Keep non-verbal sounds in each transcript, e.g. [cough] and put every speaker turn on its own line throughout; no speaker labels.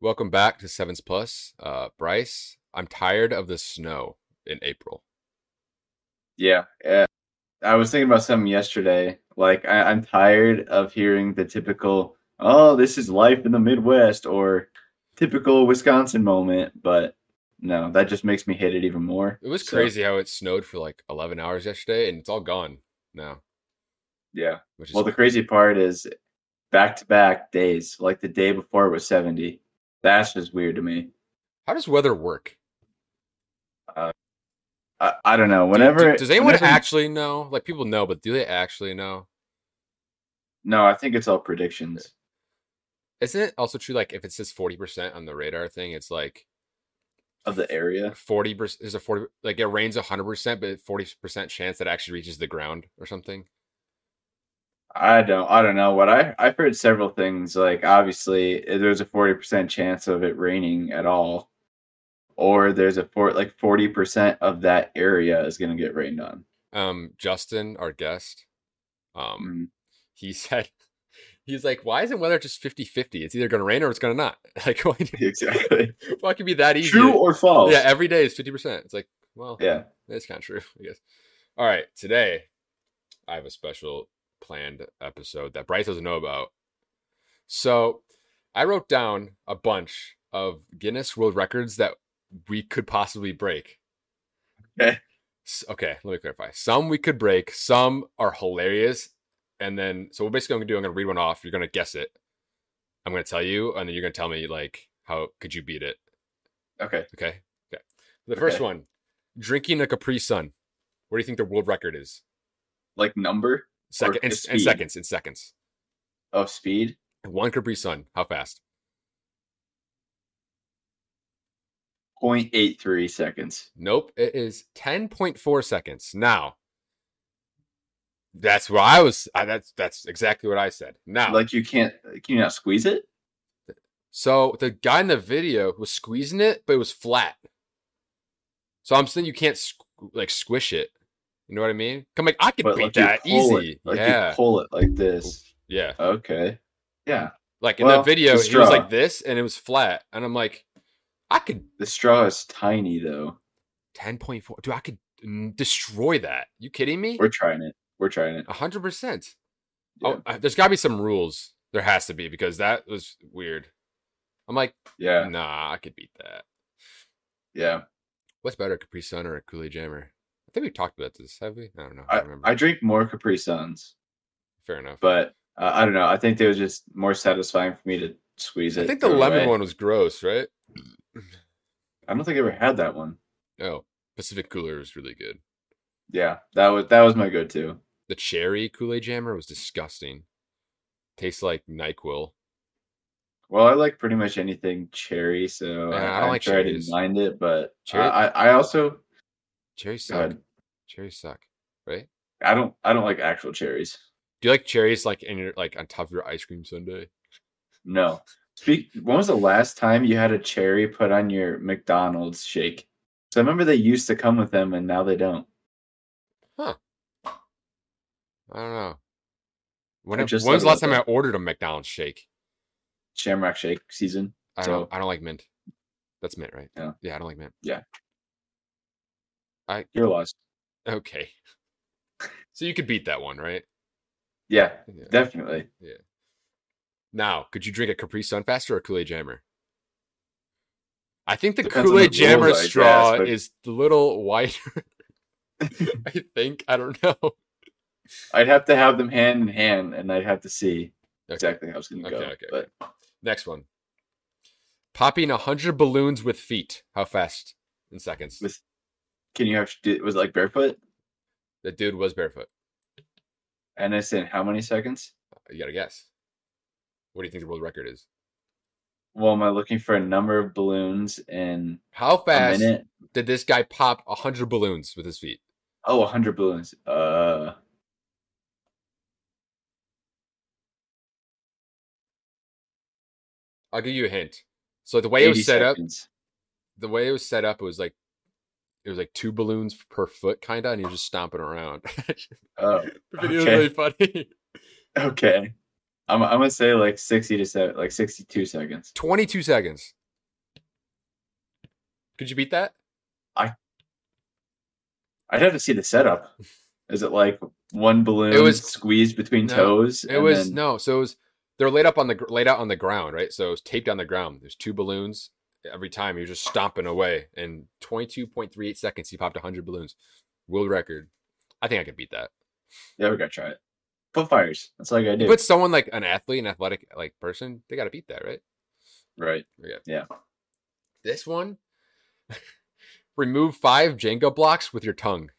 Welcome back to Sevens Plus. Uh, Bryce, I'm tired of the snow in April.
Yeah, uh, I was thinking about something yesterday. Like I, I'm tired of hearing the typical, "Oh, this is life in the Midwest," or typical Wisconsin moment. But no, that just makes me hate it even more.
It was
So,
crazy how it snowed for like 11 hours yesterday and it's all gone now,
Yeah.
which is
Well, the crazy part is back to back days. Like the day before it was 70. That's just weird to me.
how does weather work?
I, I don't know.
Do- do-
Whenever it-
does anyone
whenever-
actually know? Like people know, but do they actually know?
No, I think it's all predictions.
Isn't it also true like if it says 40% on the radar thing, it's like
of the area.
forty percent. There's a forty like it rains hundred percent, but forty percent chance that it actually reaches the ground or something.
I don't I don't know what I I've heard several things like obviously eh, there's a 40% chance of it raining at all or there's a for like 40% of that area is going to get rained on.
Um, Justin, our guest, um,
Mm.
he [laughs] said he's like, why isn't weather just 50-50? It's either gonna rain or it's gonna not. [laughs] Like, why,
Mm, [laughs] Exactly.
[laughs] why could it be that easy?
True or false?
yeah, every day is fifty percent. It's like, well,
yeah.
that's kind of true, I guess. All right, today I have a special planned episode that Bryce doesn't know about. So I wrote down a bunch of Guinness World Records that we could possibly break.
Okay.
S- Okay, let me clarify. Some we could break, some are hilarious. And then, so what basically I'm gonna do, I'm gonna read one off. You're gonna guess it. I'm gonna tell you, and then you're gonna tell me, like, how could you beat it?
Okay.
Okay. Okay. The first
Okay.
one, drinking a Capri Sun. What do you think the world record is?
Like number
Second in,
just
in
speed.
seconds. In seconds.
of speed
One Capri Sun. How fast?
0.83 seconds.
Nope. It is ten point four seconds. Now, that's what I was. I, that's that's exactly what I said. Now,
Like you can't can you not squeeze it?
so the guy in the video was squeezing it, but it was flat. So I'm saying you can't squ- like squish it. You know what I mean? Come like I could
But
beat
like you
that
pull
easy.
It, like
yeah.
you pull it like this.
yeah.
Okay. Yeah.
Like in
Well,
that video,
the
he was like
straw.
this, and it was flat, and I'm like, I could
The straw is tiny though.
10.4, dude, I could mm, destroy that. You kidding me?
We're trying it. We're trying it.
hundred percent.
Yeah.
Oh, uh, there's got to be some rules. There has to be because that was weird. I'm like,
Yeah.
nah, I could beat that.
Yeah.
What's better, Capri Sun or a Cooley Jammer? I think we talked about this, have we? I don't know. I,
I,
don't remember.
I drink more Capri Suns,
Fair enough.
but uh, I don't know. I think they was just more satisfying for me to squeeze it.
I think the
throw it
lemon
away.
one was gross, right?
I don't think I ever had that one.
Oh, Pacific Cooler was really good.
Yeah, that was that was my go-to.
The cherry Kool Aid Jammer was disgusting. Tastes like Nyquil.
Well, I like pretty much anything cherry, so
Yeah, I
I,
don't
I'm
like
sure I didn't
cherries.
mind it. But uh,
Cherry-
I, I I also
Cherries suck.
God,
Cherries suck, right?
I don't I don't like actual cherries.
Do you like cherries like in your like on top of your ice cream sundae?
No. Speak. When was the last time you had a cherry put on your McDonald's shake? So I remember they used to come with them, and now they don't.
I don't know. When
I
it-
just
when was the
thought
last
about
time I ordered a McDonald's shake?
Shamrock Shake season.
I don't
So-
I don't like mint. That's mint, right?
Yeah.
Yeah, I don't like mint.
You're lost.
Okay. [laughs] So you could beat that one, right?
Yeah,
Yeah.
definitely.
Now, could you drink a Capri Sun faster or a Kool Aid Jammer? I think the
Depends on
Kool Aid
the rules,
Jammer
I guess,
straw
but-
is a little [laughs] wider. I think I don't
[laughs]
know.
I'd have to have them hand in hand, and I'd have to see
Okay.
exactly how it's going to
Okay,
go.
okay,
but
Next one. Popping a hundred balloons with feet. How fast? In seconds.
With- can you have did- was it like barefoot?
The dude was barefoot.
And it's in how many seconds?
You gotta guess. What do you think the world record is?
Well, am I looking for a number of balloons in
How
a
fast
minute?
did this guy pop a hundred balloons with his feet?
Oh, 100 balloons. Uh,
I'll give you a hint. So the way it
80
was set up,
seconds.
the way it was set up, it was like it was like two balloons per foot, kinda, and he was just stomping around. [laughs] the
Oh,
video was [laughs]
Okay.
really funny.
okay. I'm, I'm gonna say like sixty to seven, like sixty-two seconds.
22 seconds. Could you beat that?
I'd have to see
[laughs]
the setup. Is it like one balloon
It was-
squeezed between
no,
toes?
It
and
was
then-
no. So it was they're laid up on the gr- laid out on the ground, right? So it was taped on the ground. There's two balloons every time. He was just stomping away. In 22.38 seconds, he popped 100 balloons. World record. I think I could beat that.
Yeah, we gotta try it. Foot fires. That's all I gotta do.
But Put someone like an athlete, an athletic like person, they got to beat that, right?
right.
This one, [laughs] remove five Jenga blocks with your tongue.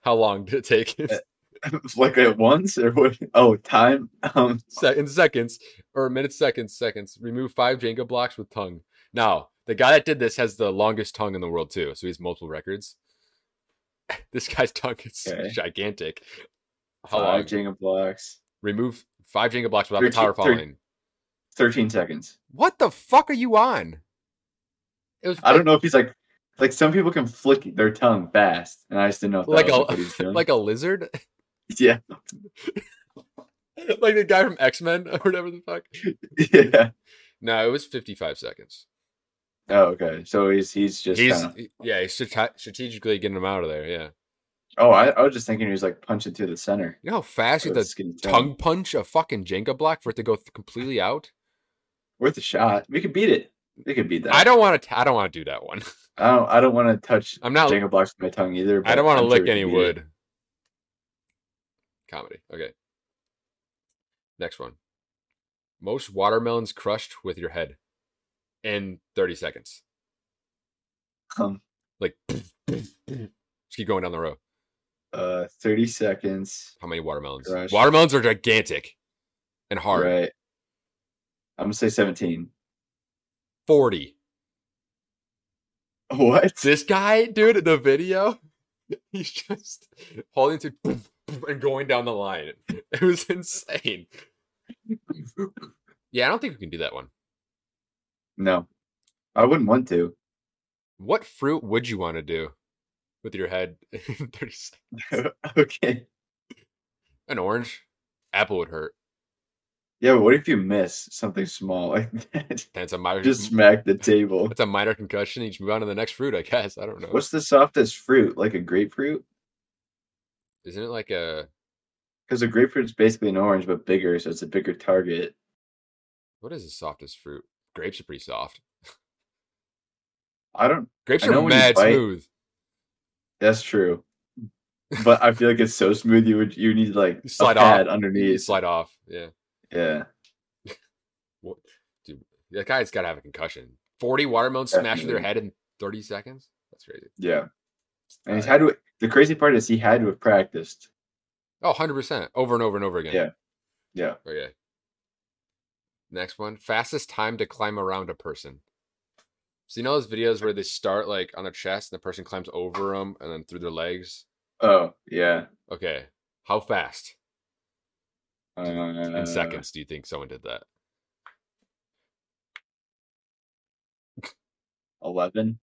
How long did it take?
Uh, [laughs] like at once or what? Oh, time. Um,
se- in seconds or minutes, seconds, seconds. Remove five Jenga blocks with tongue. Now, the guy that did this has the longest tongue in the world too, so he has multiple records. [laughs] this guy's tongue is
Okay.
gigantic. How long?
five Jenga blocks.
Remove five Jenga blocks without the
Thirteen-
tower
thir-
falling.
Thirteen seconds.
What the fuck are you on? It was
I
like-
don't know if he's like, like some people can flick their tongue fast, and I just didn't know if that
Like
was
a-
what he was doing.
like a lizard,
[laughs]
[laughs]
yeah, [laughs]
like the guy from X Men or whatever the fuck.
yeah.
No, it was fifty-five seconds.
Oh, okay. So he's he's just
he's
kind of.
he- yeah, he's strate- strategically getting him out of there. Yeah,
Oh, I, I was just thinking he was like punching through the center.
you know how fast you
with
have to
his skinny
tongue punch a fucking Jenga block for it to go th- completely out.
Worth a shot. We could beat it. We could beat that.
I don't want to. I don't want to do that one. [laughs]
I don't. I don't want to touch
I'm not.
Jenga blocks with my tongue either.
I
but
don't want to
I'm sure
lick
we
any
can beat it.
wood. Comedy. Okay. Next one. Most watermelons crushed with your head in 30 seconds.
Um,
Like, just keep going down the row.
uh, thirty seconds.
How many watermelons?
Crushed.
Watermelons are gigantic and hard.
Right. I'm gonna say 17.
40.
[laughs] What?
this guy, dude, in the video, [laughs] he's just holding to [laughs] and going down the line. It was insane. Yeah, I don't think we can do that one.
No, I wouldn't want to. [laughs]
What fruit would you want to do with your head? [laughs] in 30 sec-
okay.
An orange? Apple would hurt.
Yeah, but what if you miss something small like that? [laughs]
That's a minor.
Just
[laughs]
smack the table.
that's a minor concussion. You just move on to the next fruit, I guess. I don't know.
What's the softest fruit? Like a grapefruit?
Isn't it like a
Because a grapefruit's basically an orange but bigger, so it's a bigger target.
what is the softest fruit? Grapes are pretty soft.
I don't.
Grapes
I
are
know when you
mad
bite-
smooth.
That's true. But I feel like it's so smooth. You would you need like
You slide
a
off.
pad
You
underneath.
slide off. Yeah.
yeah.
What, dude, that guy's got to have a concussion. 40 watermelons smashed through their
Definitely.
head in 30 seconds? That's crazy.
Yeah. And he's
Uh,
had to. The crazy part is he had to have practiced.
Oh, 100%. Over and over and over again.
Yeah. Yeah.
Okay. Next one. Fastest time to climb around a person. So, you know those videos where they start like on their chest and the person climbs over them and then through their legs?
Oh yeah.
Okay. How fast in
Uh,
seconds do you think someone did that?
11.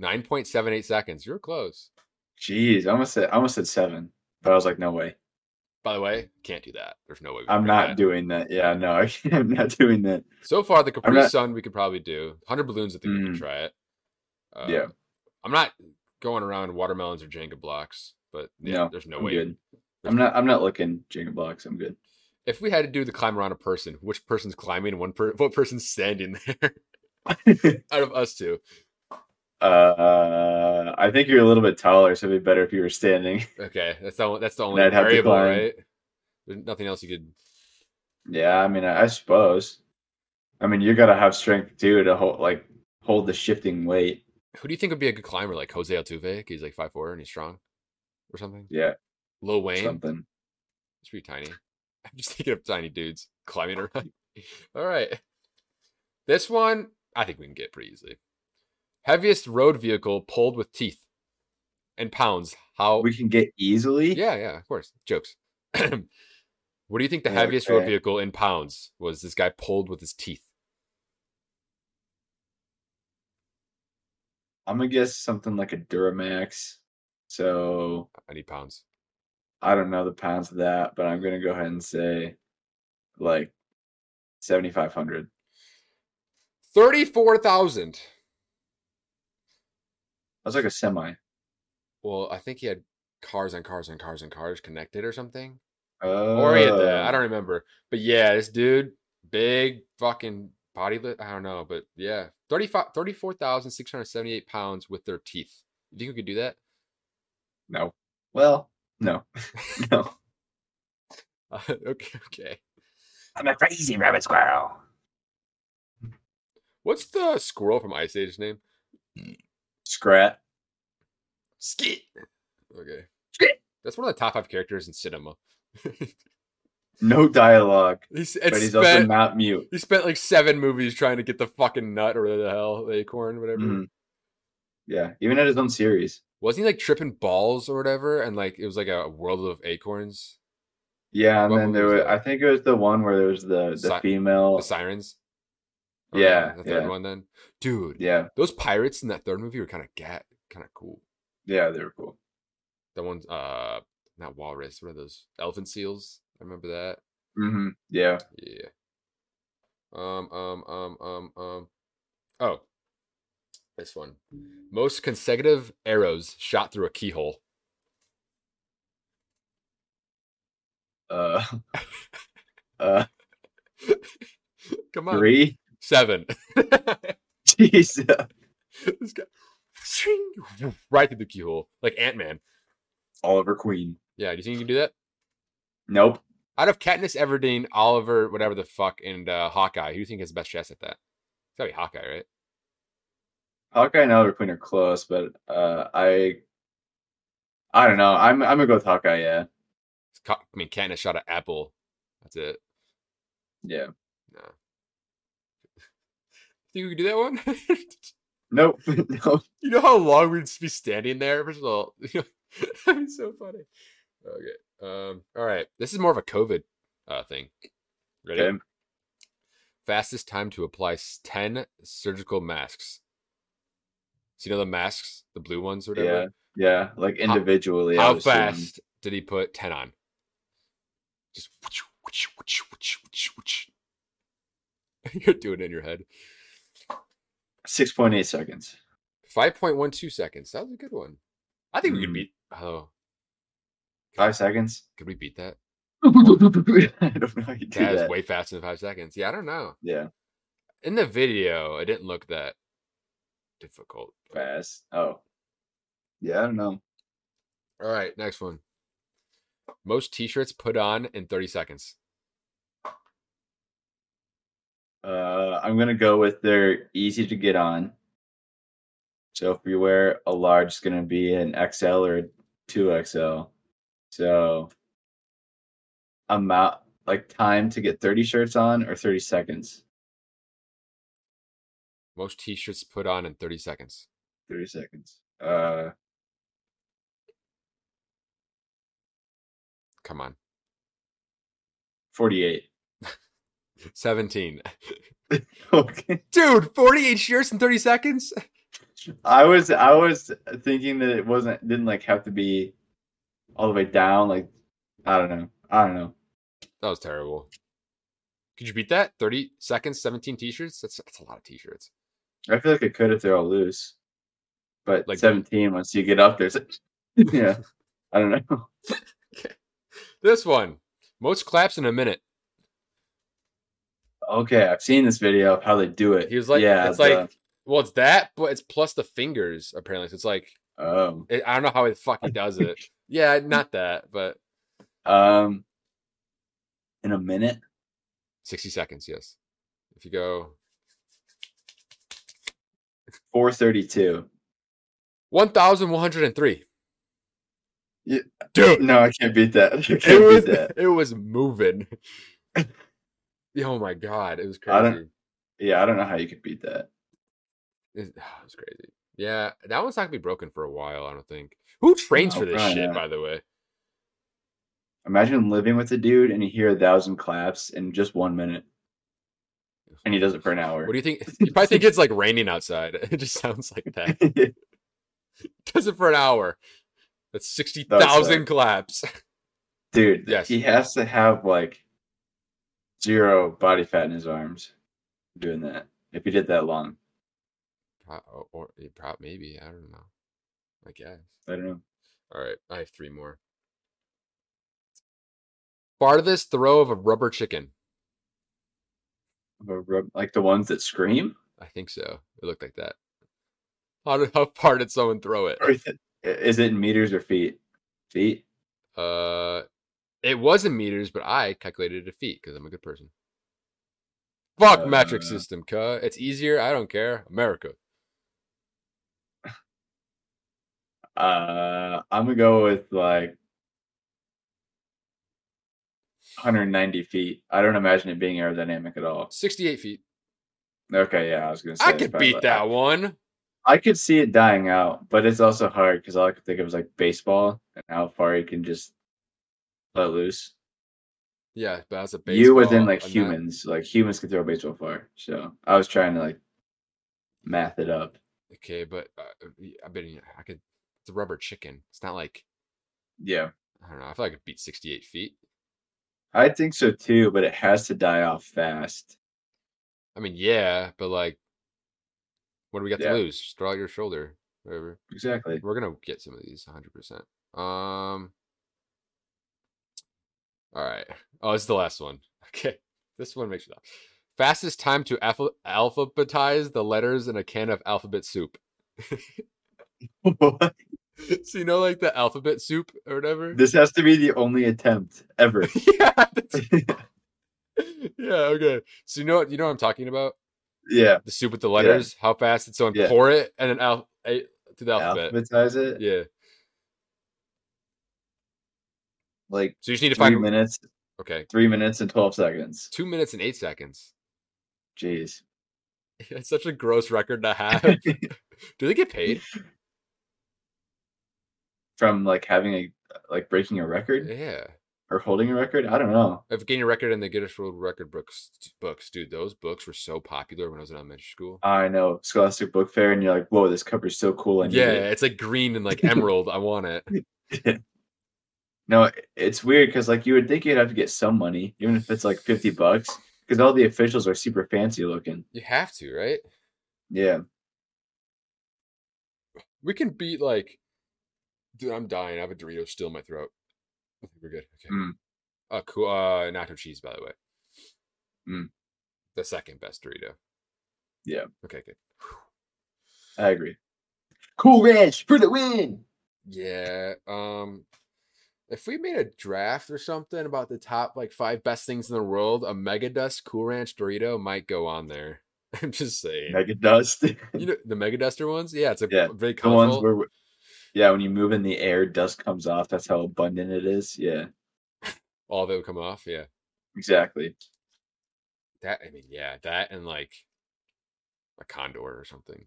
9.78 seconds. You're close.
Jeez, I almost said I almost said seven, but I was like, no way,
By the way, can't do that. There's no way. we can
I'm
break
not
that.
doing that. Yeah, no, [laughs] I can't, I'm not doing that.
So far, the Capri
not-
Sun we could probably do. Hundred balloons, I think we
Mm.
can try it. Uh,
Yeah.
I'm not going around watermelons or Jenga blocks, but yeah,
No,
there's no
I'm
way.
good. I'm not. I'm not looking Jenga blocks. I'm good. [laughs]
If we had to do the climb around a person, which person's climbing and one per- [laughs] what person's standing there [laughs] out of us two?
uh, I think you're a little bit taller, so it'd be better if you were standing. [laughs]
Okay, that's the only, that's the only
I'd have to
variable,
climb.
right? There's nothing else you could.
yeah, I mean, I, I suppose. I mean, you gotta have strength too to hold like hold the shifting weight.
Who do you think would be a good climber? Like Jose Altuve? 'cause He's like five four and he's strong, or something.
Yeah,
Lil Wayne.
something.
It's pretty tiny. [laughs] I'm just thinking of tiny dudes climbing around. [laughs] All right. This one, I think we can get pretty easily. Heaviest road vehicle pulled with teeth and pounds. How?
We can get easily.
yeah, yeah, of course. Jokes. [clears throat] what do you think the heaviest road
Okay.
vehicle in pounds was this guy pulled with his teeth?
I'm gonna guess something like a Duramax. So
I need pounds.
I don't know the pounds of that, but I'm gonna go ahead and say like seventy five hundred.
Thirty four thousand.
That's like a semi.
Well, I think he had cars and cars and cars and cars connected or something.
Oh,
or he had that. I don't remember. But yeah, this dude, big fucking body lit. I don't know, but yeah, 35 34,678 pounds with their teeth. You think we could do that? [laughs]
No. Well, no, [laughs] no.
Uh, okay, okay.
I'm a crazy rabbit squirrel.
What's the squirrel from Ice Age's name?
Scrat.
Skit. Okay.
Skit.
That's one of the top five characters in cinema. [laughs]
No dialogue,
he's,
but he's also
spent,
not mute.
he spent like seven movies trying to get the fucking nut or the hell, the acorn, whatever.
Mhm. Yeah, even at his own series.
Wasn't he like tripping balls or whatever? And like it was like a world of acorns,
Yeah, and
What
then
movie
there
was
was,
that?
I think it was the one where there was the the
Si-
female.
the sirens.
Oh.
Oh,
Yeah,
the third
yeah.
one then, dude.
yeah,
Those pirates in that third movie were kind of gat, kind of cool.
yeah, they were cool.
The ones, uh, not walrus. What are those? Elephant seals. I remember that.
hmm Yeah,
Yeah. Um, um, um, um, um. Oh, this one. Most consecutive arrows shot through a keyhole.
uh, [laughs] uh,
Come on,
three. [laughs]
seven. [laughs]
Jesus,
this guy, Shing! right through the keyhole, like Ant Man.
Oliver Queen.
Yeah, do you think you can do that?
Nope.
Out of Katniss Everdeen, Oliver, whatever the fuck, and uh, Hawkeye, who do you think has the best chance at that? It's gotta be Hawkeye, right?
Hawkeye and Oliver Queen are close, but uh, I, I don't know. I'm I'm gonna go with Hawkeye. Yeah,
It's Ka- I mean, Katniss shot an apple. That's it.
yeah.
No. Think we can do that one? [laughs]
Nope. [laughs] nope.
You know how long we'd be standing there? First of all, [laughs] that'd be so funny. Okay. Um, all right. This is more of a COVID uh, thing. Ready?
Okay.
Fastest time to apply s- 10 surgical masks. So, you know the masks, the blue ones or
Yeah.
whatever?
Yeah. Like
How-
individually. I
how
would assume.
fast did he put 10 on? Just. whoosh, whoosh, whoosh, whoosh, whoosh, whoosh. [laughs] You're doing it in your head.
Six point eight seconds.
Five point one two seconds. That was a good one. I think we could
Mm.
beat. Oh,
Five seconds.
could we beat that?
[laughs] I don't know. How you do
That is
that.
way faster than five seconds. Yeah, I don't know.
Yeah.
In the video, it didn't look that difficult.
Fast. Oh. Yeah. I don't know.
All right, next one. Most T-shirts put on in thirty seconds.
Uh, I'm gonna go with they're easy to get on. So if you wear a large, it's gonna be an XL or a two XL. So amount like time to get 30 shirts on or 30 seconds.
Most T-shirts put on in thirty seconds.
30 seconds. Uh,
Come on,
48.
seventeen,
[laughs] Okay.
dude. Forty-eight shirts in thirty seconds.
I was I was thinking that it wasn't didn't like have to be all the way down. Like I don't know. I don't know.
That was terrible. Could you beat that? Thirty seconds, seventeen T-shirts. That's that's a lot of T-shirts.
I feel like it could if they're all loose. But
Like the-
17, once you get up there, it's like, [laughs] yeah,
[laughs]
I don't know. [laughs]
This one, most claps in a minute.
Okay, I've seen this video of how they do it.
He was like,
yeah,
it's
the-
like, well, it's that, but it's plus the fingers apparently. So it's like,
oh,
it, I don't know how the fuck [laughs] he does it. yeah, not that, but
um, in a minute.
sixty seconds. Yes, if you go
432.
one thousand one hundred and three.
Yeah.
dude,
No, I can't beat that. [laughs] I can't
it was
beat that.
it was moving. [laughs] oh my god, it was
I don't-
crazy.
Yeah, I don't know how you could beat that.
[sighs] It, it was crazy. Yeah, that one's not gonna be broken for a while. I don't think. Who trains
No,
for this
probably
shit?
not.
By the way,
Imagine living with a dude and you hear a thousand claps in just one minute. And he does it for an hour.
what do you
[laughs]
think? You probably think it's like raining outside. [laughs] It just sounds like that.
[laughs]
does it for an hour. That's sixty
That was
thousand claps.
dude,
Yes.
he has to have like zero body fat in his arms doing that if he did that long.
[laughs] Pro- or, or yeah, pro- maybe I don't know. I guess.
I don't know.
All right, I have three more. Farthest throw of a rubber chicken.
Or rub- Like the ones that scream?
I think so. It looked like that. How did how far did someone throw it?
Or is it- is it in meters or feet? Feet?
Uh, it was in meters, but I calculated it in feet because I'm a good person. Fuck metric
Uh.
system, cuh. It's easier. I don't care. America.
Uh, I'm gonna go with like 190 feet. I don't imagine it being aerodynamic at all.
68 feet.
Okay, yeah, I was gonna say
I
it's
could
probably
beat
like-
that one.
I could see it dying out, but it's also hard because all I could think of was like baseball and how far you can just let loose.
Yeah, but that's a baseball.
you within like
a net.
humans, like humans can throw a baseball far. So I was trying to like math it up.
Okay, but uh, I bet you- I could. It's a rubber chicken. It's not like
Yeah,
I don't know. I feel like I could beat 68 feet.
I think so too, but it has to die off fast.
I mean, yeah, but like, what do we got
Yeah.
to lose? Just throw out your shoulder, whatever.
Exactly.
We're gonna get some of these 100. percent Um. All right. Oh, this is the last one. [laughs] Okay, this one makes me laugh. Fastest time to alpha- alphabetize the letters in a can of alphabet soup. [laughs] so you know, like the alphabet soup or whatever.
[laughs] This has to be the only attempt ever.
[laughs]
[laughs]
yeah. [laughs] that's- yeah. Okay. So you know what you know what I'm talking about?
yeah.
The soup with the letters. How fast did someone
Yeah.
pour it and then al- a- to the alphabet?
Alphabetize it.
Yeah.
Like
So you just need to
three
find.
minutes,
Okay.
three minutes and twelve seconds.
Two minutes and eight seconds. [laughs]
Jeez.
It's such a gross record
[laughs]
to have. Do they get paid?
From like having a like breaking a record
Yeah.
or holding a record, I don't know.
If you gain a record in the Guinness World Record books, books, dude, those books were so popular when I was in elementary school.
I know Scholastic Book Fair, and you're like, whoa, this cover's so cool. Oh, I need
yeah,
it."
it's like green and
[laughs]
like emerald. I want it.
No, i- it's weird because like you would think you'd have to get some money, even if it's like fifty bucks, because all the officials are super fancy looking.
You have to, right?
Yeah.
We can beat like, dude. I'm dying. I have a Dorito still in my throat. I think We're good. Okay.
Mm.
Uh, cool. Uh, nacho cheese, by the way.
Mm.
The second best Dorito.
Yeah.
Okay. Good.
I agree. Cool Ranch for the win.
Yeah. Um if we made a draft or something about the top like five best things in the world, a Mega Dust Cool Ranch Dorito might go on there. [laughs] I'm just saying.
Mega Dust. [laughs]
you know the Mega Duster ones? Yeah, it's a
Yeah,
very
the ones
colorful.
where, w- yeah, when you move in the air, dust comes off. That's how abundant it is. Yeah,
All of it would come off. Yeah.
exactly.
That I mean, yeah, that and like a condor or something.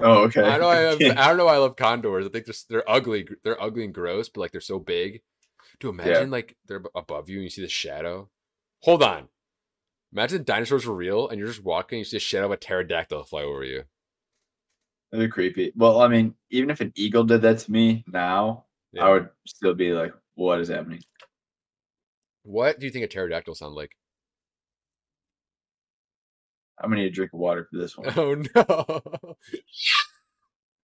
Oh, okay.
I don't know
[laughs]
I, love-
Okay.
I don't know why I love condors. I think they're s- they're ugly gr- they're ugly and gross, but like they're so big. To imagine like they're ab- above you and you see the shadow. Hold on. Imagine dinosaurs were real and you're just walking and you see a shadow of a pterodactyl fly over you.
That'd be creepy. Well, I mean, even if an eagle did that to me now,
Yeah.
I would still be like, "What is happening?"
What do you think a pterodactyl sound like? [laughs]
I'm gonna need a drink of water for
[laughs]
this one.
Oh
[laughs]
no.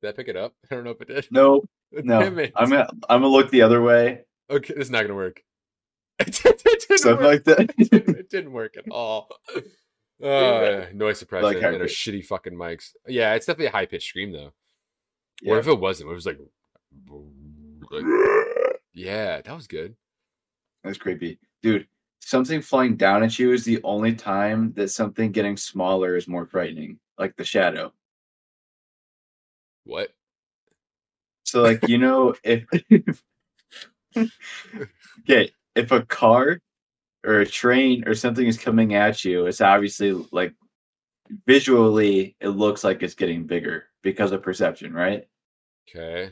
did I pick it up? I don't know if it did. [laughs]
no, no,
Damn it.
I'm gonna I'm gonna look the other way,
Okay, this is not gonna work. [laughs] It, did, it didn't
stuff
work.
like that.
[laughs] it didn't work at
[laughs]
all. Uh, noise suppression
Like
and our
high-pitched.
shitty fucking mics. Yeah, it's definitely a high pitched scream though. Or
Yeah. [laughs]
if it wasn't, it was like, like- yeah, that was good.
That's creepy, dude. Something flying down at you is the only time that something getting smaller is more frightening, like the shadow.
What?
So like you know if okay if a car or a train or something is coming at you, it's obviously like visually it looks like it's getting bigger because of perception, right?
Okay.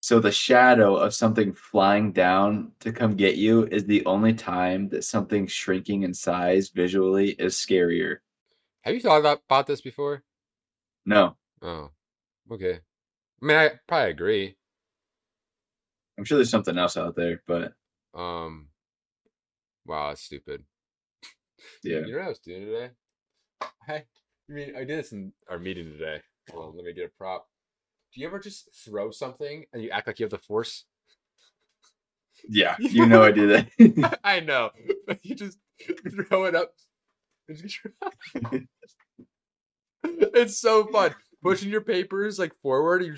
So the shadow of something flying down to come get you is the only time that something shrinking in size visually is scarier.
Have you thought about, about this before?
No,
Oh, okay. I mean, I probably agree.
I'm sure there's something else out there, but
Um, wow, that's stupid. [laughs]
Yeah.
You know what I was doing today? I, I mean, I did this in our meeting today. Hold on, let me get a prop. Do you ever just throw something and you act like you have the force? [laughs]
Yeah. You know I do
[laughs]
that. [laughs]
I know, but you just throw it up. [laughs] it's so fun pushing your papers like forward. You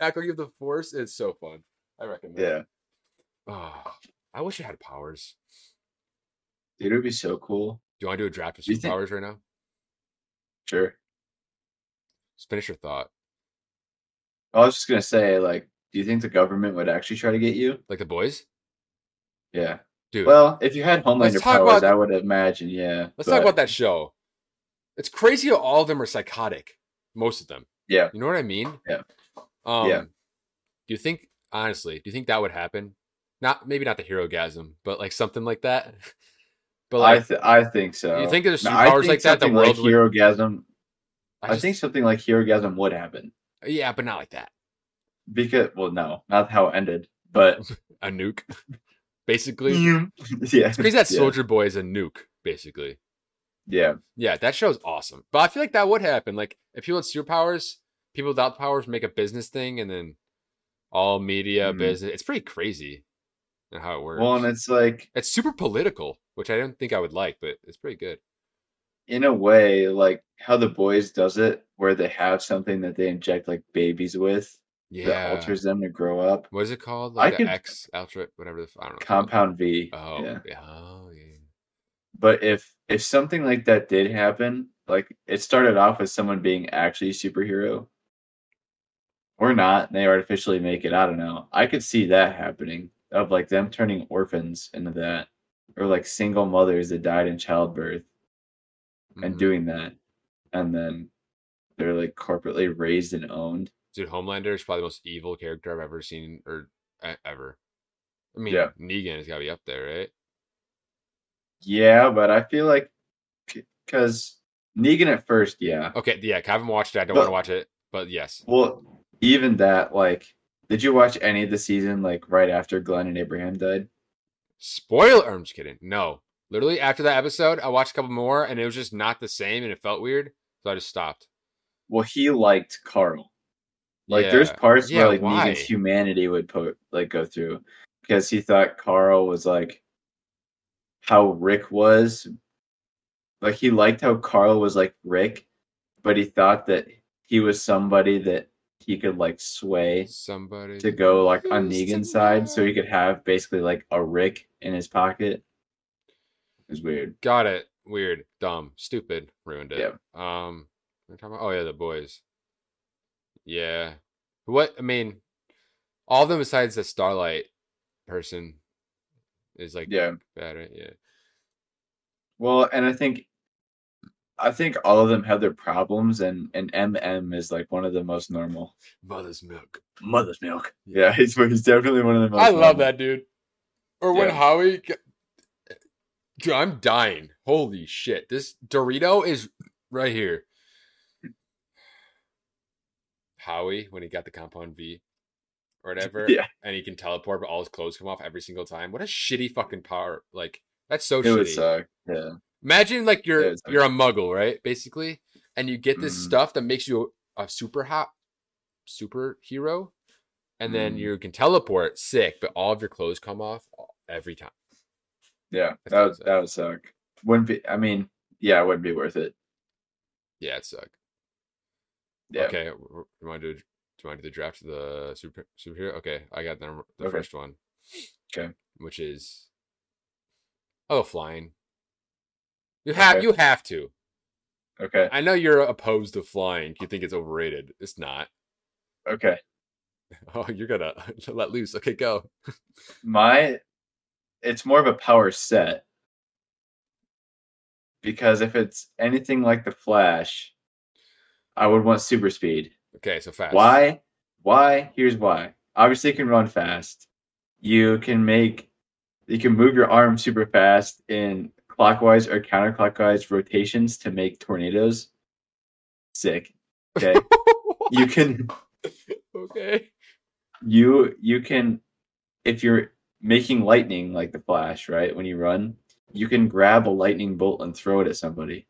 act like you have the force. It's so fun. I recommend. it.
yeah.
Ah, I wish I had powers.
Dude, it would be so cool.
Do you want to do a draft of
Do you think-
superpowers right now?
Sure.
Just finish your thought.
I was just gonna say, like, do you think the government would actually try to get you?
Like the boys,
Yeah.
dude.
Well, if you had Homelander
talk
powers,
about-
I would imagine, yeah.
let's talk
but-
about that show. It's crazy how all of them are psychotic. Most of them.
Yeah.
You know what I mean?
Yeah.
Um,
Yeah.
Do you think honestly? Do you think that would happen? Not maybe not the hero gasm, but like something like that. [laughs] but
I
like,
th- I think so.
you think there's
No, I
superpowers
think
like that? The
something
world
like
would.
hero gasm. I,
just-
think something like hero gasm would happen
Yeah, but not like that.
because, well, no, not how it ended, but
A nuke, [laughs] basically.
[laughs] yeah,
It's crazy that
Yeah.
Soldier Boy is a nuke, basically.
yeah,
Yeah, that show's awesome. But I feel like that would happen. Like if people had superpowers, people without powers make a business thing, and then all media
Mhm.
business. It's pretty crazy, and how it works.
Well, and it's like
it's super political, which I don't think I would like, but it's pretty good.
in a way, like how the boys does it, where they have something that they inject like babies with that
Yeah.
alters them to grow up.
What is it called?
I
Like the
could-
X ultra, whatever the f- I don't know. it's called.
Compound V.
Oh,
yeah.
yeah. Oh, yeah.
But if if something like that did happen, like it started off with someone being actually a superhero or not, and they artificially make it. I don't know. I could see that happening of like them turning orphans into that, or like single mothers that died in childbirth and
Mhm.
doing that, and then they're like corporately raised and owned.
Dude, Homelander is probably the most evil character I've ever seen or e- ever. I mean,
Yeah.
Negan has got to be up there, right?
Yeah, but I feel like because Negan at first, yeah,
Okay, yeah, I haven't watched it. I don't
But-
want to watch it, but yes.
Well, even that, like, did you watch any of the season like right after Glenn and Abraham died?
Spoiler, I'm just kidding. No. Literally, after that episode, I watched a couple more and it was just not the same and it felt weird. So I just stopped.
Well, he liked Carl. Like, there's
Yeah.
parts
Yeah,
where like
why?
Negan's humanity would put like go through because he thought Carl was like how Rick was. Like he liked how Carl was like Rick, but he thought that he was somebody that he could like sway
somebody
to go like on
Who's to
Negan's side, so he
know?
could have basically like a Rick in his pocket. It's weird.
Got it. Weird, dumb, stupid, ruined it.
Yeah.
Um, what are we talking about? oh yeah, the boys. Yeah. What I mean, all of them besides the Starlight person is like
Yeah.
bad, right? Yeah.
Well, and I think I think all of them have their problems and and MM is like one of the most normal.
Mother's milk.
Mother's milk. Yeah, [laughs] he's he's definitely one of the most
I love
normal.
that dude. Or when
Yeah.
Howie, g- dude, I'm dying. Holy shit! This Dorito is right here. Howie, when he got the compound V, or whatever,
[laughs] Yeah.
and he can teleport, but all his clothes come off every single time. What a shitty fucking power! Like that's so
It
shitty.
would suck. Yeah.
Imagine like you're
it's like-
you're a muggle, right? Basically, and you get this
Mhm.
stuff that makes you a, a super hot superhero, and then
Mhm.
you can teleport sick, but all of your clothes come off every time.
Yeah.
That
That would
sucks.
that would suck. Wouldn't be I mean, yeah, it wouldn't be worth it.
Yeah, it sucked.
Yeah.
Okay, w- w- you want to do, do you want to do the draft of the super superhero? Okay, I got the number- the
Okay.
first one.
Okay.
which is oh flying. You have
Okay.
you have to.
Okay.
I know you're opposed to flying. You think it's overrated. It's not.
Okay.
Oh, you're gonna [laughs] let loose. Okay, go.
My it's more of a power set. Because if it's anything like the Flash, I would want super speed.
Okay, so fast. [laughs]
Why? Why? Here's why. Obviously, you can run fast. You can make, you can move your arm super fast in clockwise or counterclockwise rotations to make tornadoes. Sick. Okay. you can,
okay.
you, you can, if you're making lightning like the Flash, right? When you run, you can grab a lightning bolt and throw it at somebody.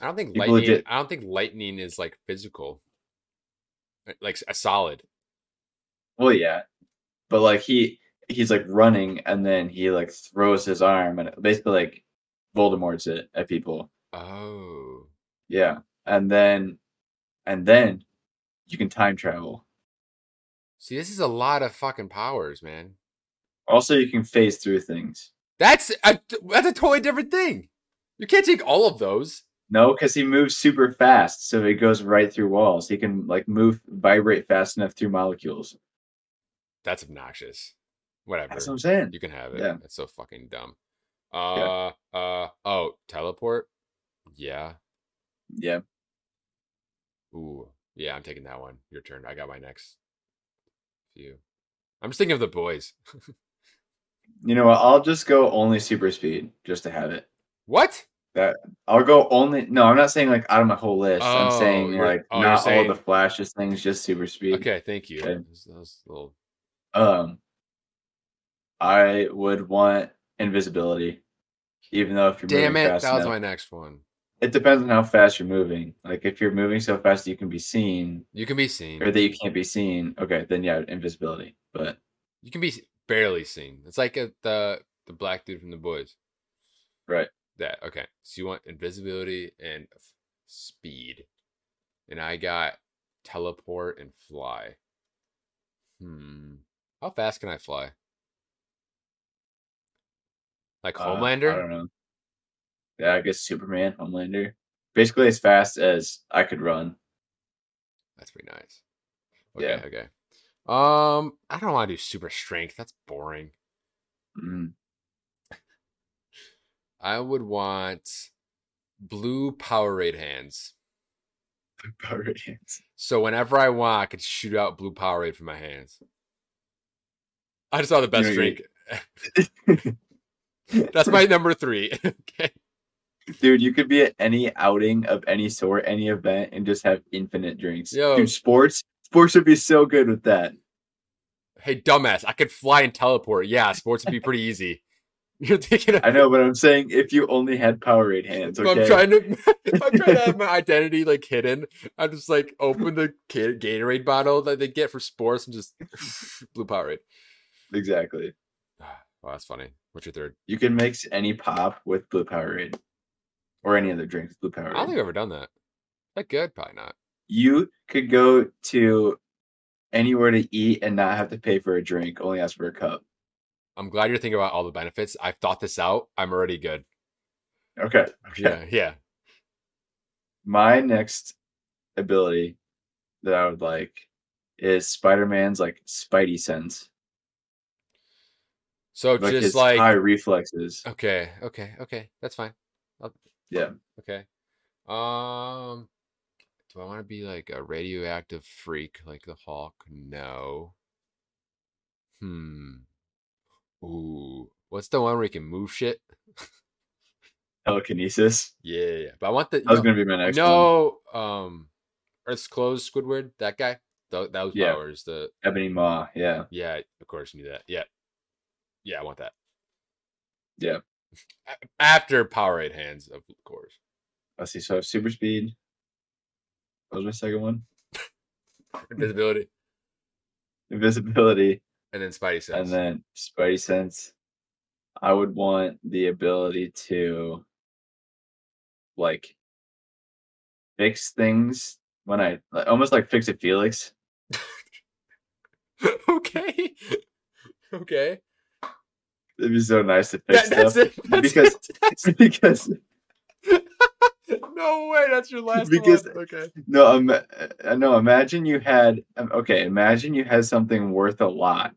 I don't think
People
lightning.
legit-
I don't think lightning is like physical, Eh, like a solid.
Well, yeah, but like he he's like running and then he like throws his arm and it basically like Voldemort's it at people.
Oh,
Yeah, and then and then you can time travel.
see, this is a lot of fucking powers, man.
Also, you can phase through things.
That's a that's a totally different thing. You can't take all of those.
No, because he moves super fast, so he goes right through walls. He can like move, vibrate fast enough through molecules.
That's obnoxious. Whatever.
That's what I'm saying.
You can have it.
Yeah.
That's so fucking dumb. Uh, uh, oh, teleport. Yeah.
Yeah,
Ooh, yeah. I'm taking that one. Your turn. I got my next few. I'm just thinking of the boys. [laughs]
you know what? I'll just go only super speed just to have it.
What?
I'll go only. No, I'm not saying like out of my whole list. I'm
Oh,
saying
you're-
like
oh, you're
not all
saying-
the flashes things, just super speed.
Okay, thank you.
Okay.
That was- that was a little-
Um, I would want invisibility, even though if you're
Damn
moving
it,
fast
that was
enough-
my next one.
it depends on how fast you're moving. Like if you're moving so fast that you can be seen,
You can be seen.
or that you can't be seen. Okay, then yeah, invisibility. But
You can be s- barely seen. It's like a, the the black dude from the boys.
Right.
That okay. So you want invisibility and f- speed, and I got teleport and fly. Hmm. How fast can I fly? Like
uh, I don't
Homelander?
know. Yeah, I guess Superman, Homelander, basically as fast as I could run.
That's pretty nice. Okay.
Yeah.
Okay. Um, I don't want to do super strength. That's boring.
Mm,
I would want blue Powerade hands.
Power Rangers.
So whenever I want, I could shoot out blue Powerade from my hands. I just saw the best
know, you-
drink.
[laughs]
That's my number three. [laughs] okay.
Dude, you could be at any outing of any sort, any event, and just have infinite drinks.
Yo.
Dude, sports, sports would be so good with that.
Hey, dumbass, I could fly and teleport. Yeah, sports would be pretty easy. [laughs] You're thinking of,
I know, but I'm saying if you only had Powerade hands,
if
okay?
I'm trying to [laughs] if I'm trying to
[laughs]
have my identity like hidden, I just like open the Ga- Gatorade bottle that they get for sports and just [laughs] blue Powerade.
Exactly.
Wow, that's funny. What's your third?
You can mix any pop with blue Powerade, or any other drink with blue
I
Powerade.
don't think I've ever done that. Is That good? Probably not.
you could go to anywhere to eat and not have to pay for a drink, only ask for a cup.
I'm glad you're thinking about all the benefits. I've thought this out. I'm already good.
Okay. Okay.
Yeah, yeah.
My next ability that I would like is Spider-Man's like Spidey sense,
So
like
just
his
like
high reflexes.
okay, okay, okay. That's fine. I'll-
Yeah.
Okay. Um do I want to be like a radioactive freak like the Hulk? No. Hmm. Ooh. What's the one where you can move shit?
Telekinesis.
Yeah, yeah, yeah. But I want the
That was
no,
gonna be my next one.
no um Earth's closed Squidward, that guy. Tho- That was
Yeah.
powers. The
Ebony Maw. Yeah.
yeah, of course you knew that. Yeah. Yeah, I want that.
Yeah.
A- After Powerade hands, of course.
Let's see. So I have super speed. That was my second one. Mm-hmm.
Invisibility.
Invisibility.
And then Spidey sense.
And then Spidey sense. I would want the ability to like fix things when I like, almost like fix a Felix.
[laughs] okay. Okay.
It'd be so nice to fix
That, that's
stuff
it. [laughs] That's
because-
it. That's-
[laughs] because
[laughs] no way. That's your last
Because-
one. Okay.
no, um, uh, no. Imagine you had um, okay. Imagine you had something worth a lot,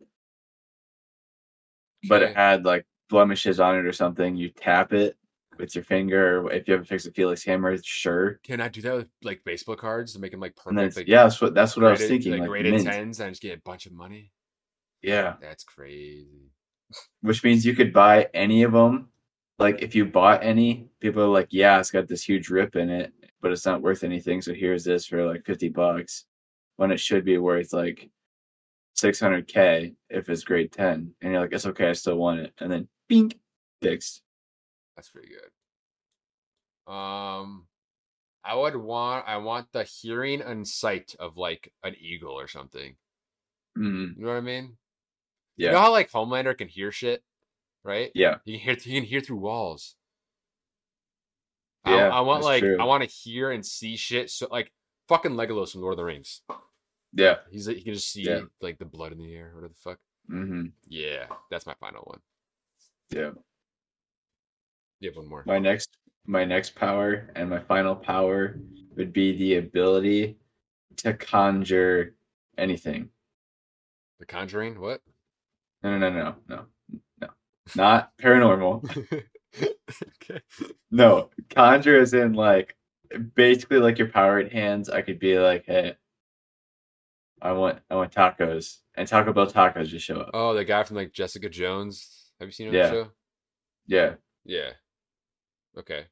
but it
Okay.
had like blemishes on it or something. You tap it with your finger. or If you have a fix a Felix hammer, sure.
Can I do that with like baseball cards to make them like perfect?
And then it's-
like,
yeah, that's what that's what I was
graded-
thinking.
Like,
Like,
graded
mint.
tens and I just get a bunch of money.
Yeah,
That's crazy.
which means you could buy any of them. Like if you bought any, people are like, yeah, it's got this huge rip in it, but it's not worth anything. So here's this for like fifty bucks, when it should be worth like six hundred k if it's grade ten. And you're like, it's okay, I still want it. And then bink, sixth.
That's pretty good. Um, I would want I want the hearing and sight of like an eagle or something.
Mm,
You know what I mean?
yeah.
You know how like Homelander can hear shit, right?
yeah.
He can hear he can hear through walls.
Yeah,
I, I want
that's
like
true.
I want to hear and see shit. So like fucking Legolas from Lord of the Rings.
Yeah.
He's like he can just see
Uh, Yeah.
like the blood in the air, whatever the fuck.
hmm
Yeah, that's my final one.
Yeah.
You have one more.
My next my next power and my final power would be the ability to conjure anything.
The Conjuring.
[laughs]
What? [laughs]
No, no, no, no, no, no. Not paranormal.
okay.
No, conjure is in like basically like your power at hands. I could be like, hey, I want I want tacos, and Taco Bell tacos just show up.
Oh, the guy from like Jessica Jones. Have you seen him
Yeah.
on the show?
Yeah,
Yeah. Okay.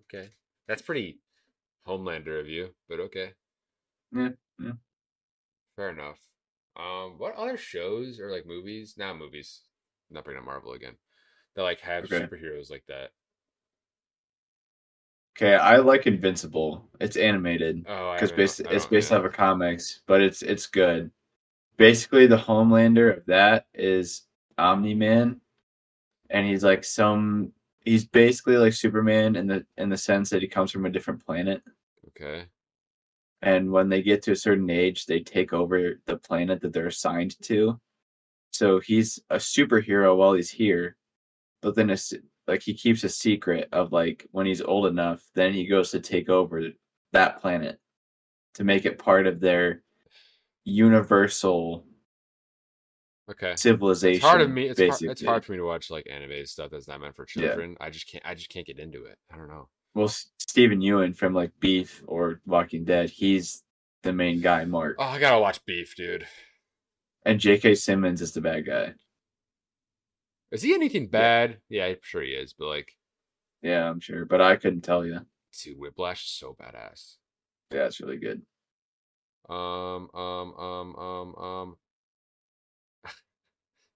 Okay. That's pretty Homelander of you, but okay.
Yeah, yeah.
Fair enough. Um, what other shows or like movies? Not movies. Not bringing up Marvel again. That like have
Okay.
superheroes like that.
okay. I like Invincible. It's animated
Oh, I
because
haven't-
based
I
it's
don't-
based
yeah.
off of comics, but it's it's good. Basically, the Homelander of that is Omni Man, and he's like some. He's basically like Superman in the in the sense that he comes from a different planet.
Okay.
and when they get to a certain age they take over the planet that they're assigned to so he's a superhero while he's here but then it's like he keeps a secret of like when he's old enough then he goes to take over that planet to make it part of their universal
Okay.
civilization
It's hard of me. It's hard, it's
basically.
hard for me to watch like animated stuff that's not meant for
Yeah.
children. I just can't. I just can't get into it. I don't know.
well S- stephen ewan from like beef or walking dead he's the main guy mark
Oh, I gotta watch Beef, dude.
and jk simmons is the bad guy
Is he anything bad? Yeah, I'm sure he is. But like,
yeah i'm sure but i couldn't tell you
dude, Whiplash is so badass.
Yeah, it's really good.
Um, um, um, um, um. [laughs]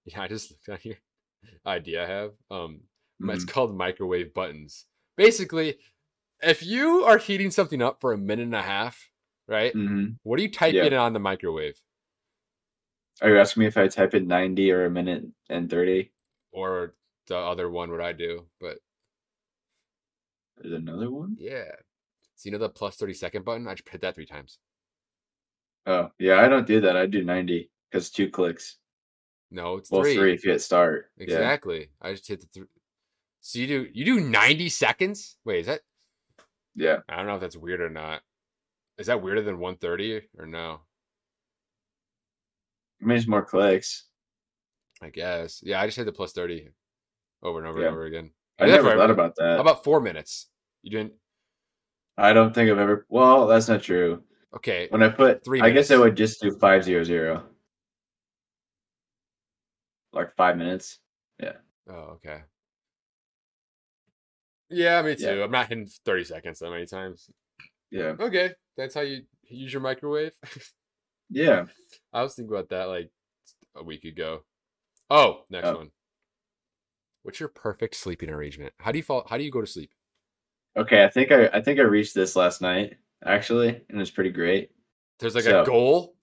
yeah, I just looked at here. [laughs] Idea I have. Um,
Mm-hmm.
m- it's called microwave buttons. Basically, if you are heating something up for a minute and a half, right?
Mm-hmm.
What do you type
Yeah.
in on the microwave?
Are you asking me if I type in 90 or a minute and 30?
Or the other one, what I do, but
There's another one?
Yeah. So you know the plus thirty second button? I just hit that three times.
Oh, yeah, I don't do that. I do 90 because two clicks.
No, it's
Well,
three.
three, if you hit start. Yeah.
Exactly. I just hit the three. So you do you do ninety seconds? Wait, is that?
Yeah.
I don't know if that's weird or not. Is that weirder than one thirty or no?
I mean, it's more clicks.
I guess. Yeah, I just hit the plus thirty over and over
Yeah.
and over again.
I
did that
never
for
thought
every-
about that.
How about four minutes? You didn't.
I don't think I've ever. Well, that's not true.
Okay.
When I put
Three
I guess I
minutes.
would just do 500. Like five minutes.
Oh, okay. Yeah, me too.
Yeah.
I'm not hitting thirty seconds that many times.
Yeah.
Okay, that's how you use your microwave. [laughs]
Yeah.
I was thinking about that like a week ago. Oh, next
Oh.
one. What's your perfect sleeping arrangement? How do you fall? How do you go to sleep?
Okay. I think I, I think I reached this last night, actually, and it's pretty great.
There's like a
So-
goal.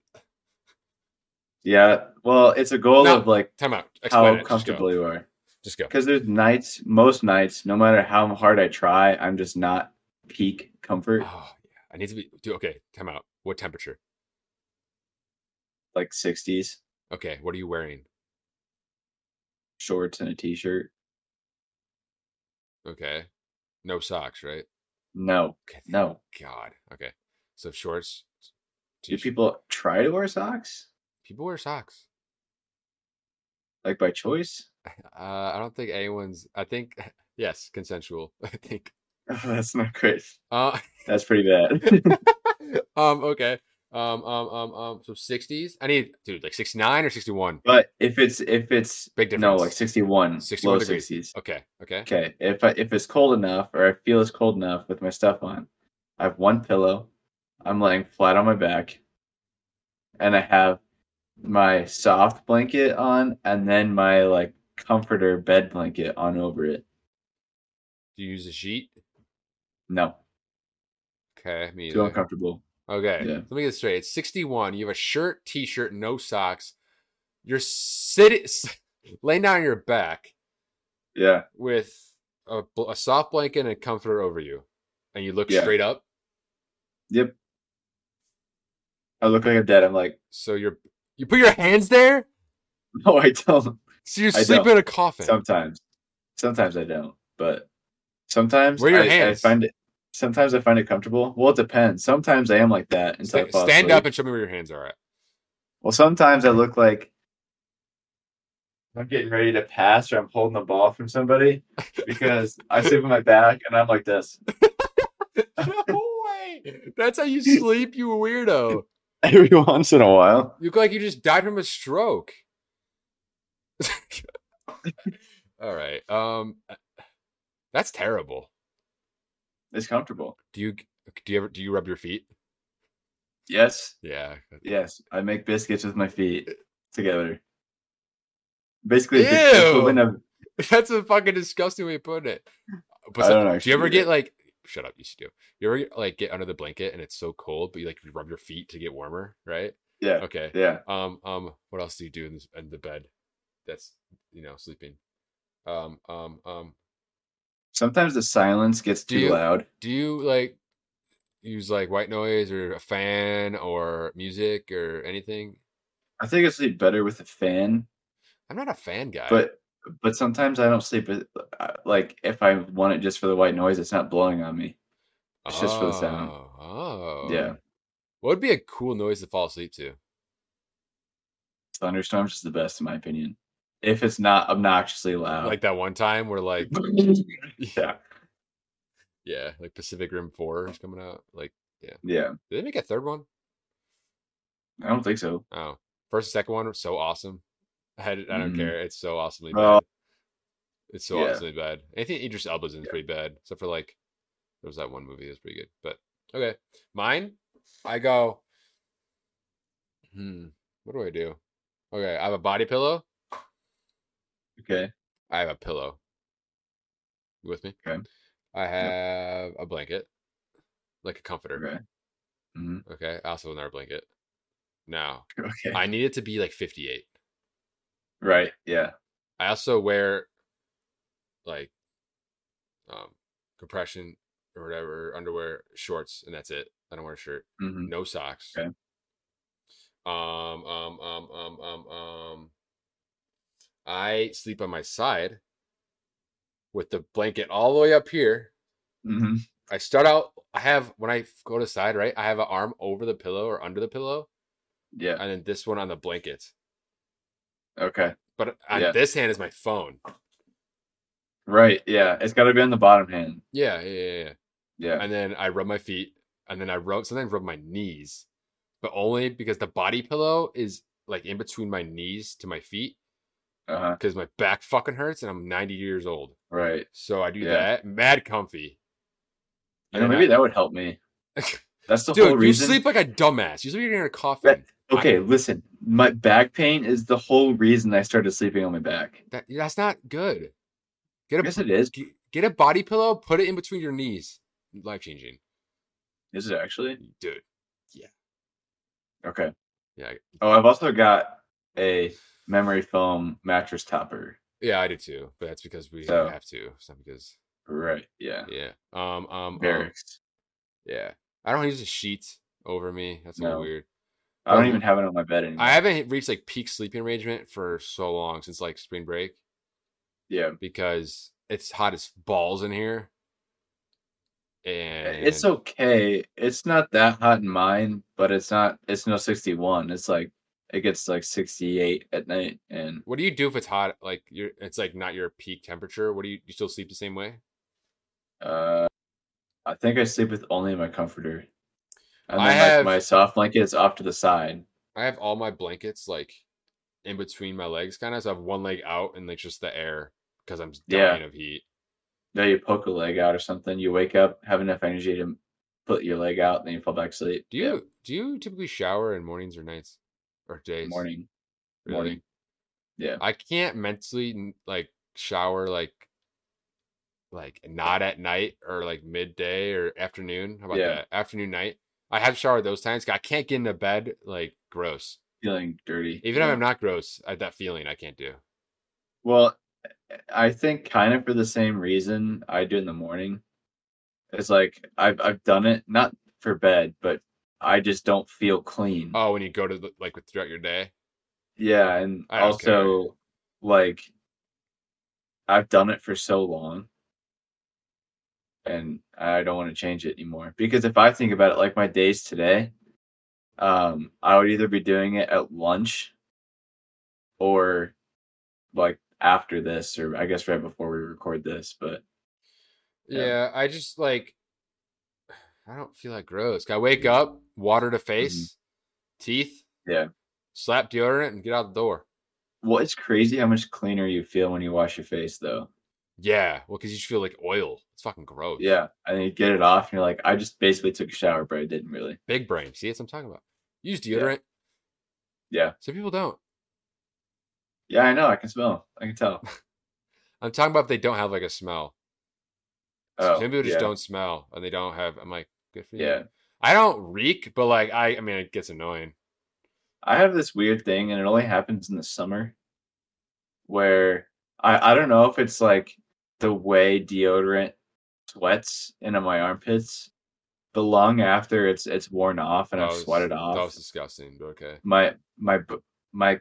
Yeah. Well, it's a goal
No.
of like
Time out. Explain
how
it.
comfortable you are.
Just go. Just go.
because there's nights most nights no matter how hard i try i'm just not peak comfort
Oh, yeah. I need to be. Dude, okay. Time out. What temperature?
like 60s
Okay. What are you wearing?
shorts and a t-shirt
Okay. No socks, right?
no
Okay. thank
no
God. Okay. So shorts.
do
T-shirt. People-,
people try to wear socks
wear socks. [laughs]
like by choice [laughs]
Uh, I don't think anyone's. I think [laughs] yes, consensual. [laughs] I think.
oh, that's not great
Uh,
that's pretty bad
[laughs] um okay um um um um so 60s i need dude like 69 or 61
but if it's if it's
Big
no
difference.
like 61
61
low
degrees.
60s
okay okay
okay if I, if it's cold enough or i feel it's cold enough with my stuff on i have one pillow i'm laying flat on my back and i have my soft blanket on and then my like comforter bed blanket on over it.
Do you use a sheet?
No,
Okay, me
too
either.
uncomfortable.
Okay,
Yeah.
let me get this straight. It's 61. You have a shirt, t shirt, no socks. You're sitting, [laughs] laying down on your back
Yeah,
with a, bl- a soft blanket and a comforter over you, and you look
Yeah.
straight up.
yep. I look like I'm dead. I'm like, [laughs]
So you're, you put your hands there.
no, I don't.
So you're
I
sleeping
don't.
in a coffin.
Sometimes, sometimes I don't, but sometimes
Where are your
I,
hands?
I find it. Sometimes I find it comfortable. Well, it depends. Sometimes I am like that until I
Sta-
fall
stand
asleep.
up and show me where your hands are at.
Well, sometimes I look like I'm getting ready to pass or I'm holding the ball from somebody because I sleep on my back and I'm like this.
[laughs] no way. That's how you sleep, you weirdo.
[laughs] Every once in a while.
You look like you just died from a stroke. [laughs] All right. Um, that's terrible.
It's comfortable.
Do you do you ever do you rub your feet?
Yes.
Yeah. [laughs]
Yes. I make biscuits with my feet together. Basically, it's the equivalent of
That's a fucking disgusting way of putting it. But
I
so-
don't
do you ever
actually
get
do
like shut up, you should do. You ever get, like get under the blanket and it's so cold, but you like rub your feet to get warmer, right?
yeah,
Okay.
yeah.
Um, um, what else do you do in, this, in the bed? That's you know sleeping. Um, um, um.
Sometimes the silence gets
Do
too
you-
loud.
Do you like use like white noise or a fan or music or anything?
I think I sleep better with a fan,
I'm not a fan guy.
but but sometimes I don't sleep with I- like if I want it just for the white noise, it's not blowing on me. it's just for the sound.
Oh,
Yeah,
What would be a cool noise to fall asleep to?
thunderstorms is the best in my opinion. If it's not obnoxiously loud,
Like that one time where like
Um, [laughs] yeah,
[laughs] yeah, like Pacific Rim Four is coming out. Like,
yeah.
did they make a third one?
I don't think so.
Oh, first and second one were so awesome. I, had, I don't
Mhm.
care. It's so awesomely
Well,
bad. It's so
yeah.
awesomely bad. Anything Idris Elba's in is
Yeah.
pretty bad, except for like there was that one movie that was pretty good. But okay, mine. I go. Hmm. What do I do? Okay, I have a body pillow.
Okay,
I have a pillow. You with me?
Okay.
I have a blanket, like a comforter.
okay, Mhm.
Okay. I also have another blanket. Now
[laughs] okay.
I need it to be like fifty-eight.
right, yeah,
I also wear like um compression or whatever underwear, shorts, and that's it. I don't wear a shirt.
hmm
No socks.
Okay.
Um, um, um, um, um, um. I sleep on my side with the blanket all the way up here.
hmm
I start out. I have when I f- go to side right. I have an arm over the pillow or under the pillow,
yeah,
and then this one on the blanket.
okay,
But on
Yeah.
this hand is my phone.
right, yeah. It's got to be on the bottom hand.
Yeah, yeah, yeah. yeah.
Yeah,
and then I rub my feet, and then I rub sometimes rub my knees, but only because the body pillow is like in between my knees to my feet
uh huh,
because my back fucking hurts and I'm 90 years old.
right.
So I do
Yeah.
that, mad comfy.
You
And
know,
then
maybe
I-
that would help
[laughs]
me. That's the whole
dude, you
reason.
sleep like a dumbass. You sleep like you're in a coffin. I-
okay, listen. My back pain is the whole reason I started sleeping on my back.
That, that's not good.
I
Get
guess
a
it is.
g- get a body pillow, put it in between your knees. Life changing,
Is it actually?
dude.
Okay.
Yeah, I-
Oh, I've also got a memory foam mattress topper.
yeah, I do too. But that's because we
So-
have to. It's not because
Right. Yeah.
yeah. Um, um, um
Barracks.
Yeah. I don't use a sheet over me. That's a little
No.
weird.
I don't
um,
even have it on my bed anymore.
I haven't reached like peak sleeping arrangement for so long since like spring break
yeah.
because it's hot as balls in here. And
It's okay. It's not that hot in mine, but it's not it's no 61. It's like it gets like 68 at night and
what do you do if it's hot? Like you're it's like not your peak temperature. What do you you still sleep the same way?
uh I think I sleep with only my comforter. And
I
then
have-
like my soft blanket is off to the side.
I have all my blankets like in between my legs kind of so I have one leg out and like just the air because I'm
Yeah.
dying of heat.
Now you poke a leg out or something, you wake up, have enough energy to put your leg out, and then you fall back asleep.
Do you do you typically shower in mornings or nights or
Yeah,
days?
morning?
Really?
morning. Yeah.
I can't mentally like shower like like not at night or like midday or afternoon. How about
Yeah.
that? Afternoon night. I have showered those times. I can't get into bed like gross.
Feeling dirty.
Even
yeah.
if I'm not gross, I, that feeling I can't do.
Well, I think kind of for the same reason I do in the morning. It's like I've I've done it not for bed, but I just don't feel clean.
Oh, when you go to the, like throughout your day.
yeah, and
I don't care.
also like I've done it for so long, and I don't want to change it anymore. Because if I think about it, like my days today, um, I would either be doing it at lunch, or like after this, or I guess right before we record this, but.
Yeah.
Yeah.
I just like [sighs] I don't feel like gross. I wake up, water to face, teeth,
Yeah.
slap deodorant, and get out the door.
Well, it's crazy how much cleaner you feel when you wash your face, though.
Yeah, well, because you just feel like oil. It's fucking gross.
Yeah, and then you get it off, and you're like, I just basically took a shower, but I didn't really.
big brain. See, that's what I'm talking about. Use
Yeah.
deodorant.
Yeah,
Some people don't.
yeah, I know. I can smell. I can tell.
I'm talking about if they don't have like a smell.
Oh,
Some people just
yeah,
don't smell and they don't have. I'm like, good for you.
Yeah,
I don't reek, but like I, I mean, it gets annoying.
I have this weird thing, and it only happens in the summer, where I I don't know if it's like the way deodorant sweats into my armpits, but long after it's it's worn off and
That
I've
was-
sweated off,
That was disgusting. But okay.
my my b- my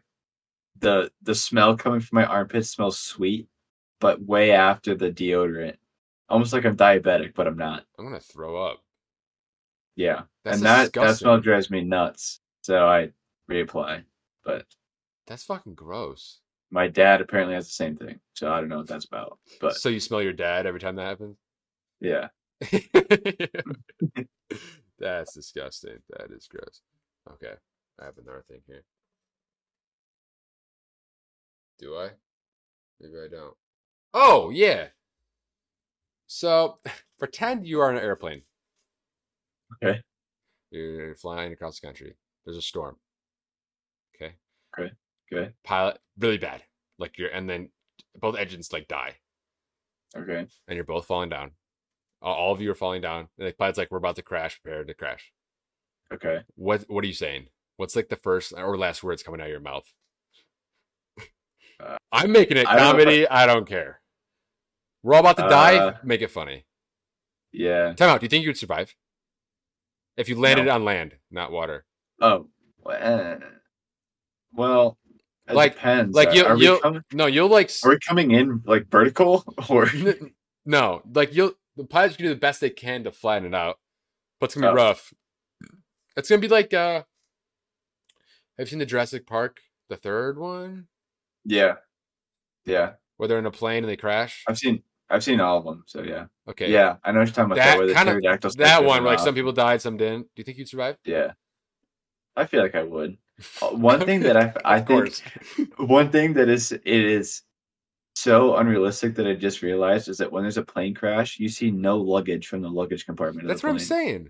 the the smell coming from my armpit smells sweet, but way after the deodorant, almost like I'm diabetic, but I'm not.
I'm gonna throw up.
Yeah,
That's
and that that
disgusting.
smell drives me nuts. So I reapply. But
That's fucking gross.
my dad apparently has the same thing, so I don't know what that's about. But
so you smell your dad every time that happens.
yeah,
[laughs] That's disgusting. That is gross. Okay, I have another thing here. Do I? Maybe I don't. Oh yeah. So [laughs] pretend you are on an airplane.
Okay.
You're flying across the country. There's a storm. Okay.
okay,
Pilot really bad. Like you're and then both engines like die
okay,
and you're both falling down. A- All of you are falling down. And the pilot's like, "We're about to crash. Prepare to crash."
okay.
What What are you saying? What's like the first or last words coming out of your mouth?
Uh,
I'm making it
I don't know if
comedy. I don't care. We're all about to die.
Uh,
Make it funny.
Yeah.
Time out. Do you think you'd survive if you landed
No.
on land, not water?
Oh, well, eh. well it
Like-
depends.
like
Are-
you-
are we
you-
coming,
No, you'll like s-
are we coming in like vertical [laughs] or
n- no, like you'll the pilots can do the best they can to flatten it out, but it's gonna be
Oh.
rough. It's gonna be like uh, have you seen the Jurassic Park, the third one?
yeah, yeah.
where they're in a plane and they crash.
I've seen I've seen all of them, so yeah.
Okay.
Yeah, I know what you're talking about.
That
That, where the
kinda-
pterodactyl
That
spectrum
one,
went
where, like some
off.
people died, some didn't. Do you think you'd survive?
Yeah, I feel like I would. Uh,
[laughs]
One thing that I I
Of
think
course.
[laughs] one thing that is it is so unrealistic that I just realized is that when there's a plane crash, you see no luggage from the luggage compartment. of the
That's what I'm
plane,
saying.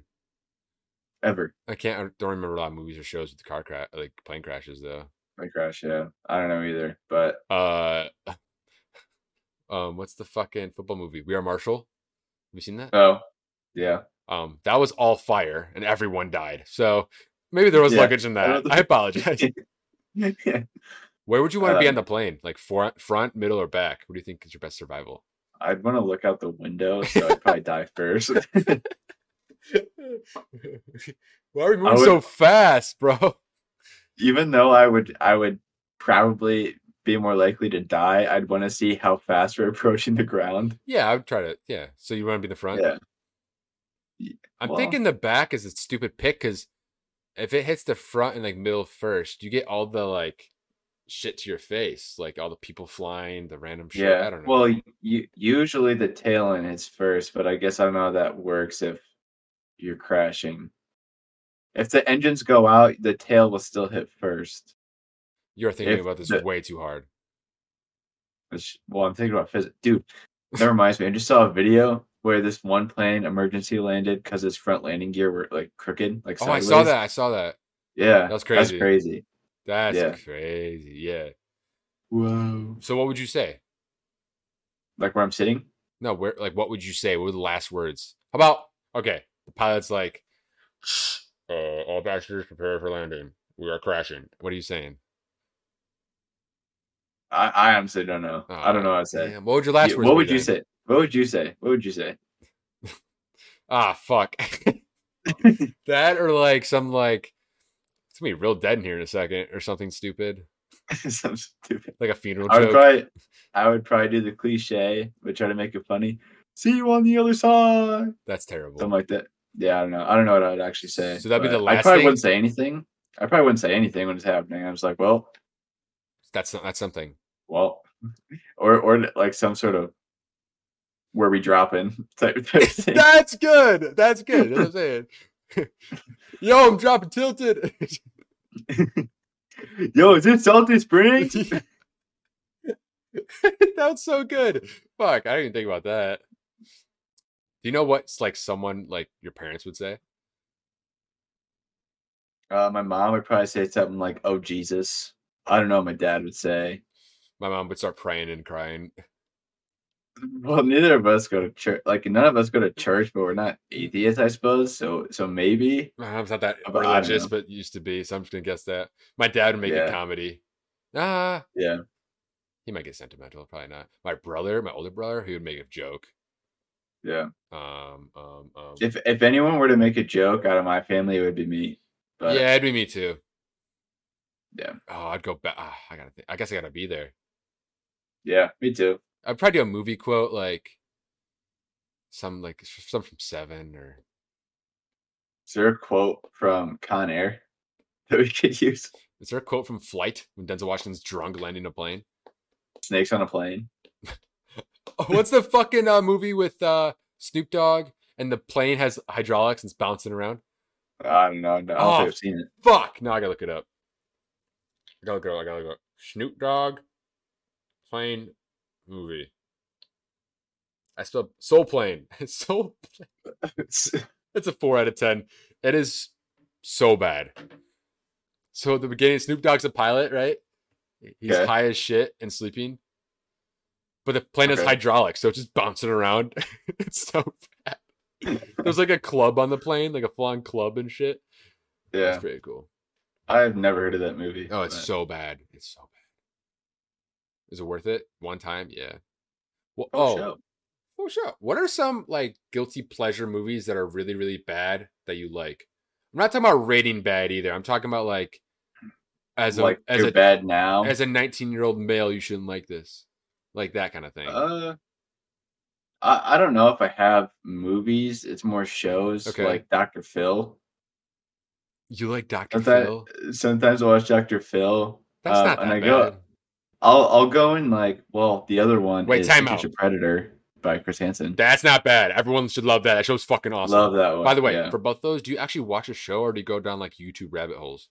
Ever
I can't. I don't remember a lot of movies or shows with the car crash, like plane crashes, though.
plane crash. Yeah, I don't know either, but
Uh, [laughs] um, what's the fucking football movie? We Are Marshall. Have you seen that?
oh yeah, [laughs]
Um, that was all fire, and everyone died. So maybe there was
Yeah,
luggage in that.
don't
I
[laughs]
apologize. Where would you want to be
Uh,
on the plane? Like front, front, middle, or back? What do you think is your best survival?
[laughs] I'd want to look out the window, so I'd
[laughs]
probably die first. [laughs]
Why are we moving
would-
so fast,
[laughs]
bro?
even though I would I would probably be more likely to die, I'd want to see how fast we're [laughs] approaching the ground.
Yeah, I would try to. Yeah. So you want to be in the front?
Yeah. Ye-
I'm
well-
thinking the back is a stupid pick because if it hits the front and like middle first, you get all the like shit to your face, like all the people flying, the random shit. I don't know.
Well, y- you usually the tail end hits first, but I guess I don't know how that works if you're crashing. If the engines go out, the tail will still hit first.
you're thinking
if
about this
the-
way too hard.
Which, well, I'm thinking about physics, dude. That reminds me. I just saw a video where this one plane emergency landed because its front landing gear were like crooked, like
Oh, I
sideways.
saw that. I saw that.
Yeah,
That's
That's
crazy.
crazy.
That's
Yeah.
crazy. Yeah.
Whoa.
So what would you say?
Like where I'm sitting?
No, where like what would you say? What were the last words? How about okay, the pilot's like uh, all passengers prepare for landing. We are crashing. What are you saying?
I, I honestly don't know. I don't know what I say.
Ah, Oh, Damn, What would your last
Yeah,
words
what
be
would you
then?
say? What would you say? What would you say? [laughs]
Ah fuck. [laughs] that or like some like it's gonna be real dead in here in a second or something stupid.
Some stupid.
Like a funeral
I would
joke.
probably I would probably do the cliche, but try to make it funny. See you on the other side.
That's terrible.
Something like that. Yeah, I don't know. I don't know what I'd actually say.
So that'd be
but
the
I
last
probably
thing?
wouldn't say anything. I probably wouldn't say anything when it's happening. I was like, well,
that's not, that's something.
well, or or like some sort of where we drop in [laughs] type, type thing.
[laughs] That's good. That's good. That's what I'm saying. [laughs] Yo, I'm dropping tilted. [laughs]
Yo, is it Salty Springs?
That's so good. Fuck, I didn't even think about that. Do you know what's like someone like your parents would say?
Uh, my mom would probably say something like, "Oh Jesus." I don't know. what My dad would say.
My mom would start praying and crying. [laughs]
Well, neither of us go to church. Like none of us go to church, but we're not atheists, I suppose. So, so maybe.
My mom's not that
Uh, but I don't
religious,
know.
but used to be, so I'm just gonna guess that. My dad would make
Yeah.
it comedy. Ah,
Yeah.
he might get sentimental, probably not. My brother, my older brother, he would make a joke.
Yeah.
Um, um, um
If if anyone were to make a joke out of my family, it would be me. But
yeah, it'd be me too.
Yeah.
Oh, I'd go back. I gotta. Think. I guess I gotta be there.
yeah, me too.
I'd probably do a movie quote like some like s- some from Seven or
Is there a quote from Con Air [laughs] that we could use?
is there a quote from Flight when Denzel Washington's drunk landing a plane?
Snakes on a plane.
Oh, What's the fucking uh, movie with uh, Snoop Dogg and the plane has hydraulics and it's bouncing around?
I don't know. I don't think
Oh.
I've seen it.
Fuck! No, I gotta look it up. I gotta look it up. I gotta look it up. Snoop Dogg plane movie. I spelled Soul Plane. [laughs] Soul It's a four out of ten. It is so bad. So at the beginning, Snoop Dogg's a pilot, right? He's
Okay.
high as shit and sleeping. But the plane is
Okay.
hydraulic, so it's just bouncing around. [laughs] it's so bad. There's like a club on the plane, like a flying club and shit. It's
[laughs] yeah,
pretty cool.
I've never heard of that movie.
Oh, it's
but-
so bad. It's so bad. Is it worth it? One time? Yeah. Well,
Oh,
oh,
show.
Oh, sure. What are some like guilty pleasure movies that are really, really bad that you like? I'm not talking about rating bad either. I'm talking about like as a
like
as
they're
a
bad now.
as a 19 year old male, you shouldn't like this, like that kind of thing.
Uh, I, I don't know if I have movies. It's more shows
Okay.
like Dr. Phil.
you like Doctor
Sometimes,
Phil?
sometimes I watch Dr. Phil.
That's
um,
not
uh, and
that
I
bad.
go- I'll I'll go in like well the other one
Wait,
is
time
To Catch
out.
a Predator by Chris Hansen.
That's not bad. Everyone should love that. That show's fucking awesome.
Love that one.
By the way,
yeah.
for both those, do you actually watch a show or do you go down like YouTube rabbit holes?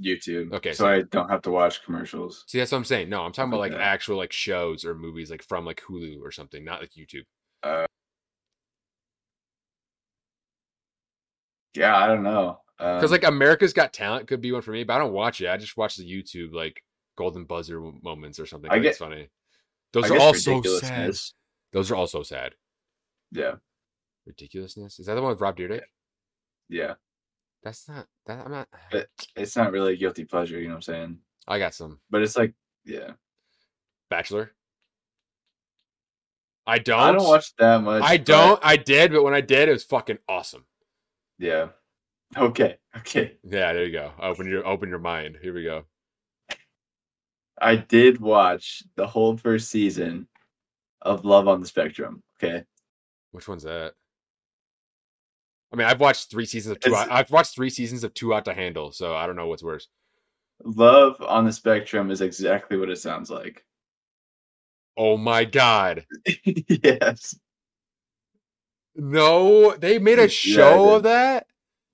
YouTube.
Okay,
so,
so-
I don't have to watch commercials.
See, that's what I'm saying. No, I'm talking about like
Okay.
actual like shows or movies like from like Hulu or something, not like YouTube.
Yeah, I don't know. Um,
Because like America's Got Talent could be one for me, but I don't watch it. I just watch the YouTube like golden buzzer w- moments or something.
I
I think
get-
it's funny. Those
I
are
guess
all so sad.
ridiculousness.
Those are all so sad.
Yeah,
Ridiculousness is that the one with Rob Dyrdek?
yeah.
That's not that. I'm not.
But it's not really a guilty pleasure, you know what I'm saying?
[sighs] I got some
But it's like, yeah.
Bachelor. I don't.
I don't watch that much.
I
but-
don't. I did, but when I did, it was fucking awesome.
Yeah. Okay. Okay.
Yeah, there you go. Open your open your mind. Here we go.
I did watch the whole first season of Love on the Spectrum. Okay.
Which one's that? I mean, I've watched three seasons of two.
It's-
Out, I've watched three seasons of two out to handle, so I don't know what's worse.
Love on the Spectrum is exactly what it sounds like. [laughs]
Oh my god.
yes.
No, they made a
Yeah, I
show
did.
of that?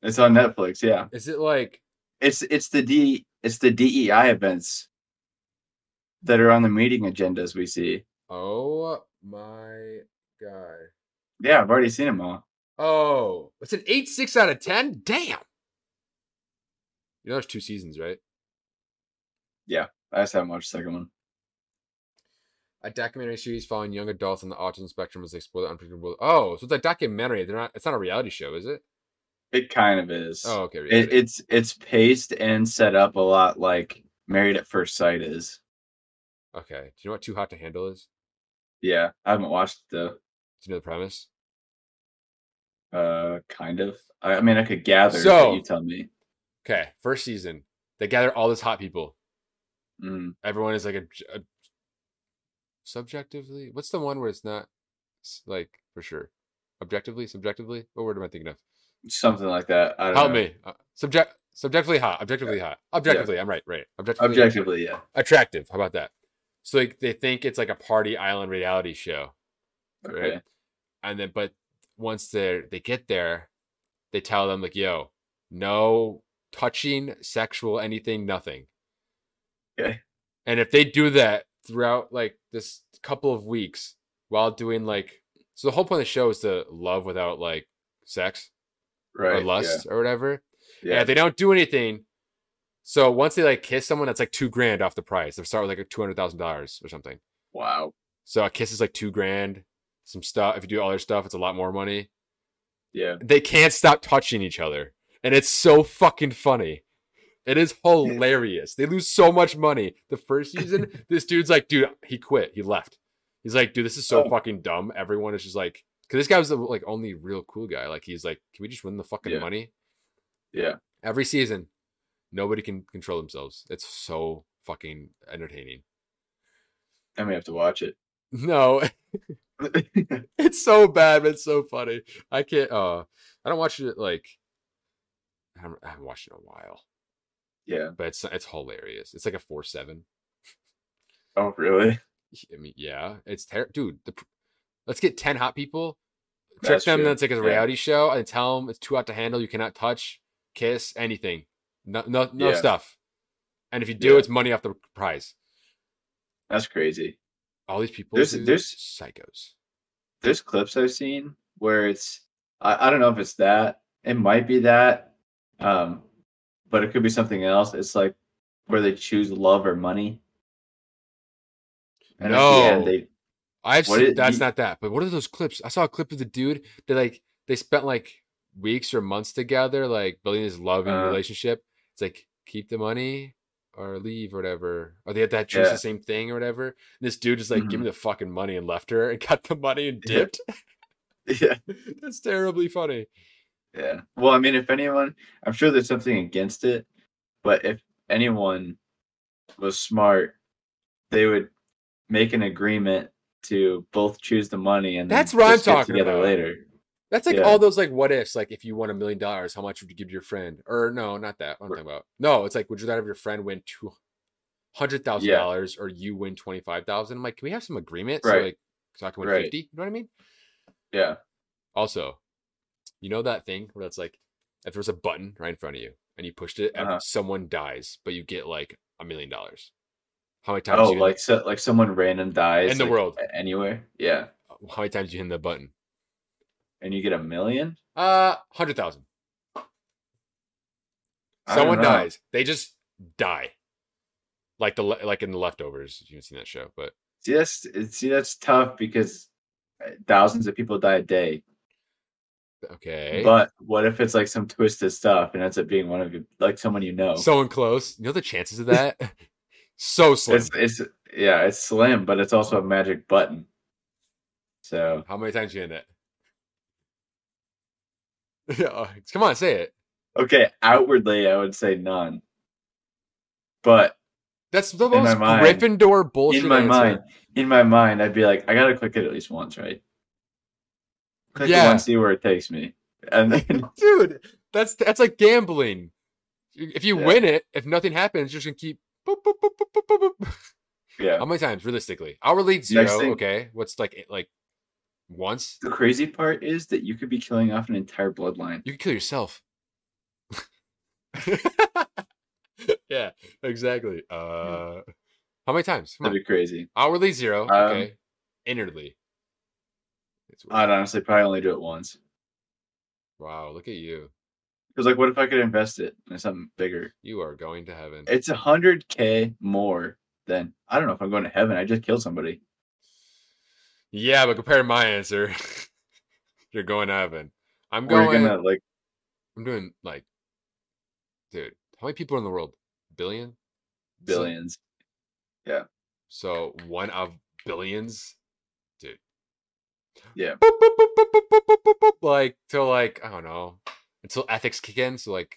It's on Netflix, yeah.
Is it like
It's it's the D it's the DEI events that are on the meeting agendas we see.
oh my god.
Yeah, I've already seen them all.
Oh, it's an 8 6 out of 10? Damn. You know there's two seasons, right?
I just haven't watched the second one.
a documentary series following young adults on the autism spectrum as they explore the unpredictable. Oh, so it's a documentary. They're not. It's not a reality show, is it?
It kind of is.
Oh, okay.
It,
reality.
it's it's paced and set up a lot like Married at First Sight is.
okay. Do you know what Too Hot to Handle is?
Yeah, I haven't watched it though.
Do you know the premise?
Uh, kind of. I, I mean, I could gather.
So-
but you tell me.
Okay, first season, they gather all this hot people.
Mm.
Everyone is like a, j- a- subjectively. What's the one where it's not s- like for sure? Objectively, subjectively. What word am I thinking of?
Something like that. I don't
Help
know.
me. Uh, subject, subjectively hot. Objectively hot. Objectively, I'm right. Right. Objectively
Objectively, yeah.
attractive. How about that? So like they think it's like a party island reality show, right?
Okay.
And then but once they they get there, they tell them like, "Yo, no touching, sexual, anything, nothing."
Okay.
And if they do that throughout like this couple of weeks while doing like so the whole point of the show is to love without like sex
Right.
or lust or whatever.
Yeah.
Yeah.
yeah.
if they don't do anything. So once they like kiss someone, that's like two grand off the price. They'll start with like two hundred thousand dollars or something.
Wow.
So a kiss is like two grand. Some stuff. If you do all their stuff, it's a lot more money.
Yeah.
They can't stop touching each other, and it's so fucking funny. It is hilarious. They lose so much money. The first
[laughs]
season, this dude's like, dude, he quit. He left. He's like, dude, this is so
Oh.
fucking dumb. Everyone is just like, because this guy was the like only real cool guy. Like he's like, can we just win the fucking
Yeah.
money?
Yeah.
every season nobody can control themselves it's so fucking entertaining [laughs]
I may have to watch it. [laughs]
no [laughs] it's so bad but it's so funny i can't uh i don't watch it like I haven't, I haven't watched it in a while
yeah.
but it's it's hilarious it's like a 4-7
Oh, really?
i mean yeah it's ter- dude the, pr- let's get 10 hot people trick
That's
them
true.
that it's like a
Yeah.
reality show and tell them it's too hot to handle you cannot touch kiss anything no no, no
Yeah.
stuff and if you do
Yeah.
it's money off the prize
That's crazy.
all these people
There's-
dude,
there's-
psychos
there's clips I've seen where it's I, I don't know if it's that. It might be that. Um, but it could be something else. It's like where they choose love or money. And at the end
No.
they [laughs]
I've
What
seen,
it-
that's
you-
not that, but what are those clips? I saw a clip of the dude that like they spent like weeks or months together, like building this love and
Uh.
relationship. It's like keep the money or leave or whatever. Or they had to choose
Yeah. Mm-hmm.
the same thing or whatever. And this dude just like give me the fucking money and left her and got the money and
Yeah.
dipped. [laughs]
Yeah.
that's terribly funny.
Yeah. Well, I mean, if anyone I'm sure there's something against it, but if anyone was smart, they would make an agreement to both choose the money and then
That's what I'm
just get
talking
together
about.
later.
That's like
Yeah.
all those like what ifs. Like if you won a million dollars, how much would you give to your friend? Or no, not that. What I'm
Or-
talking about. No, it's like would you rather have your friend win two hundred thousand dollars or you win twenty five thousand? I'm like, can we have some agreement? So
Right.
like so I can win
Right.
fifty. You know what I mean?
Yeah.
Also, you know that thing where it's like if there was a button right in front of you and you pushed it, and
Uh-huh.
someone dies, but you get like a million dollars. How many times?
Oh,
you hit
like eh so, like someone random dies
In the
like,
world.
a- anywhere. Yeah.
the- how many times you hit the button?
and you get a million.
Uh, hundred thousand.
I don't
Someone
know.
dies. They just die. Like the le- like in the leftovers, if you've seen that show, but
See that's it- see that's tough because uh, thousands of people die a day.
okay.
But what if it's like some twisted stuff and ends up being one of you, like someone you know?
Someone close. You know the chances of that? [laughs] so slim.
it's it's yeah, it's slim, but it's also a magic button. So
How many times you in it? [laughs] Yeah, uh, Come on, say it.
okay, outwardly I would say none, but
That's the
my
most
mind-
Gryffindor bullshit.
in my
answer.
mind, in my mind, I'd be like, I gotta click it at least once, right? Click it
Yeah.
once, see where it takes me, and
[laughs]
then
dude, that's that's like gambling. If you
Yeah.
win it, if nothing happens, you're just gonna keep. Boop, boop, boop, boop, boop, boop, boop.
yeah.
How many times, realistically? Hourly zero.
thing-
okay, what's like eight- like once?
The crazy part is that you could be killing off an entire bloodline.
You can kill yourself. [laughs] yeah, exactly. Uh, how many times? Come
That'd
on.
be crazy.
Hourly zero.
Um,
okay, inwardly. It's weird.
I'd honestly probably only do it once.
wow, look at you.
Because like, what if I could invest it in something bigger?
You are going to heaven.
It's a hundred k more than I don't know if I'm going to heaven. I just killed somebody.
Yeah, but compare my answer. [laughs] You're going to heaven. I'm
We're
going.
gonna like
I'm doing like, dude, how many people are in the world? Billion.
billions.
So one of billions, dude.
Yeah.
Boop, boop, boop, boop, boop, boop, boop, boop, boop, like till like I don't know until ethics kick in. So like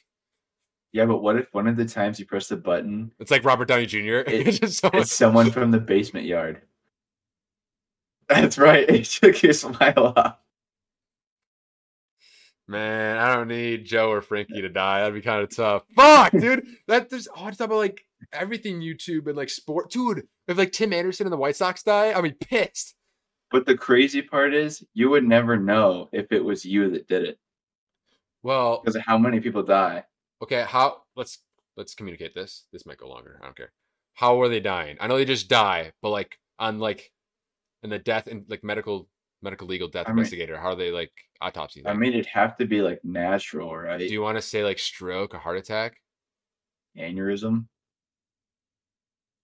Yeah, but what if one of the times you press the button,
it's like Robert Downey Jr. [laughs]
It-
Just so-
it's someone from the basement yard? That's right. [laughs] It took his smile off.
[laughs] Man, I don't need Joe or Frankie to die. That'd be kind of
[laughs]
tough. Fuck, dude. That there's oh, it's about like everything YouTube and like sport. Dude, if like Tim Anderson and the White Sox die, I'll be pissed.
But the crazy part is, you would never know if it was you that did it
Well,
because of how many people die.
okay, how let's let's communicate this. This might go longer. I don't care. How were they dying? I know they just die, but like on like in the death and like medical medical legal death
I mean-
investigator, how are they like autopsy?
I
like?
mean, it'd have to be like natural, right?
do you want to say like stroke, a heart attack?
Aneurysm.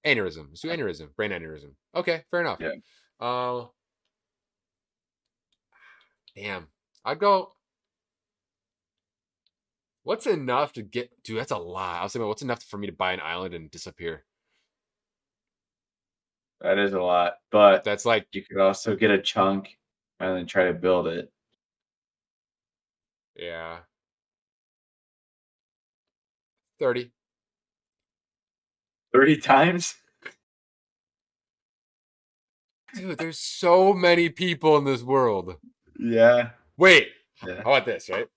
aneurysm. Let's do aneurysm, brain aneurysm. Okay, fair enough.
Yeah.
Uh, damn, I'd go. What's enough to get? Dude, that's a lot. I was thinking, about what's enough for me to buy an island and disappear?
That is a lot, but
That's like,
you could also get a chunk and then try to build it.
yeah, thirty.
30 [laughs] times?
Dude, there's so many people in this world.
Yeah.
Wait,
Yeah.
how about this? Right,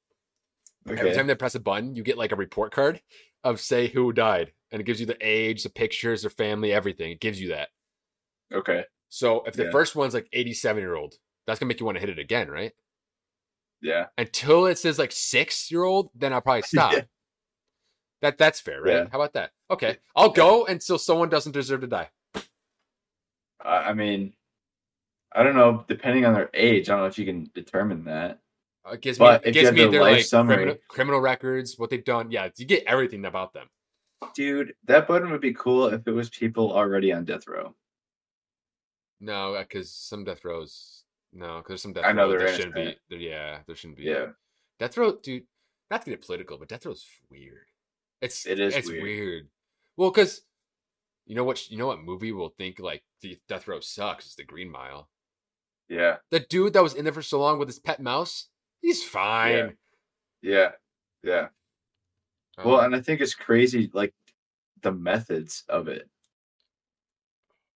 every
Okay.
time they press a button, you get like a report card of say who died, and it gives you the age, the pictures, their family, everything. It gives you that.
Okay.
So if the
Yeah.
first one's like 87 year old, that's gonna make you want to hit it again, right?
Yeah.
Until it says like six year old, then I'll probably
[laughs] Yeah.
stop. That that's fair, right?
Yeah.
How about that? Okay, I'll go until someone doesn't deserve to die.
I I mean, I don't know. Depending on their age, I don't know if you can determine that.
Uh, It gives
But
me it
if you
gives
have
me
their
their
life
like
summary-
criminal, criminal records, what they've done. Yeah, you get everything about them.
Dude, that button would be cool if it was people already on death row.
No, because some death rows. No, because there's some death
I know
row
there
that
is,
shouldn't be.
right?
there- yeah, there shouldn't be.
Yeah.
Death Row, dude, not to get political, but Death Row's weird. It's
It is
it's weird.
weird.
Well, because you know what sh- you know what movie will think like the Death Row sucks is the Green Mile.
Yeah.
The dude that was in there for so long with his pet mouse, he's fine.
Yeah. Yeah.
Uh,
Well, and I think it's crazy, like the methods of it.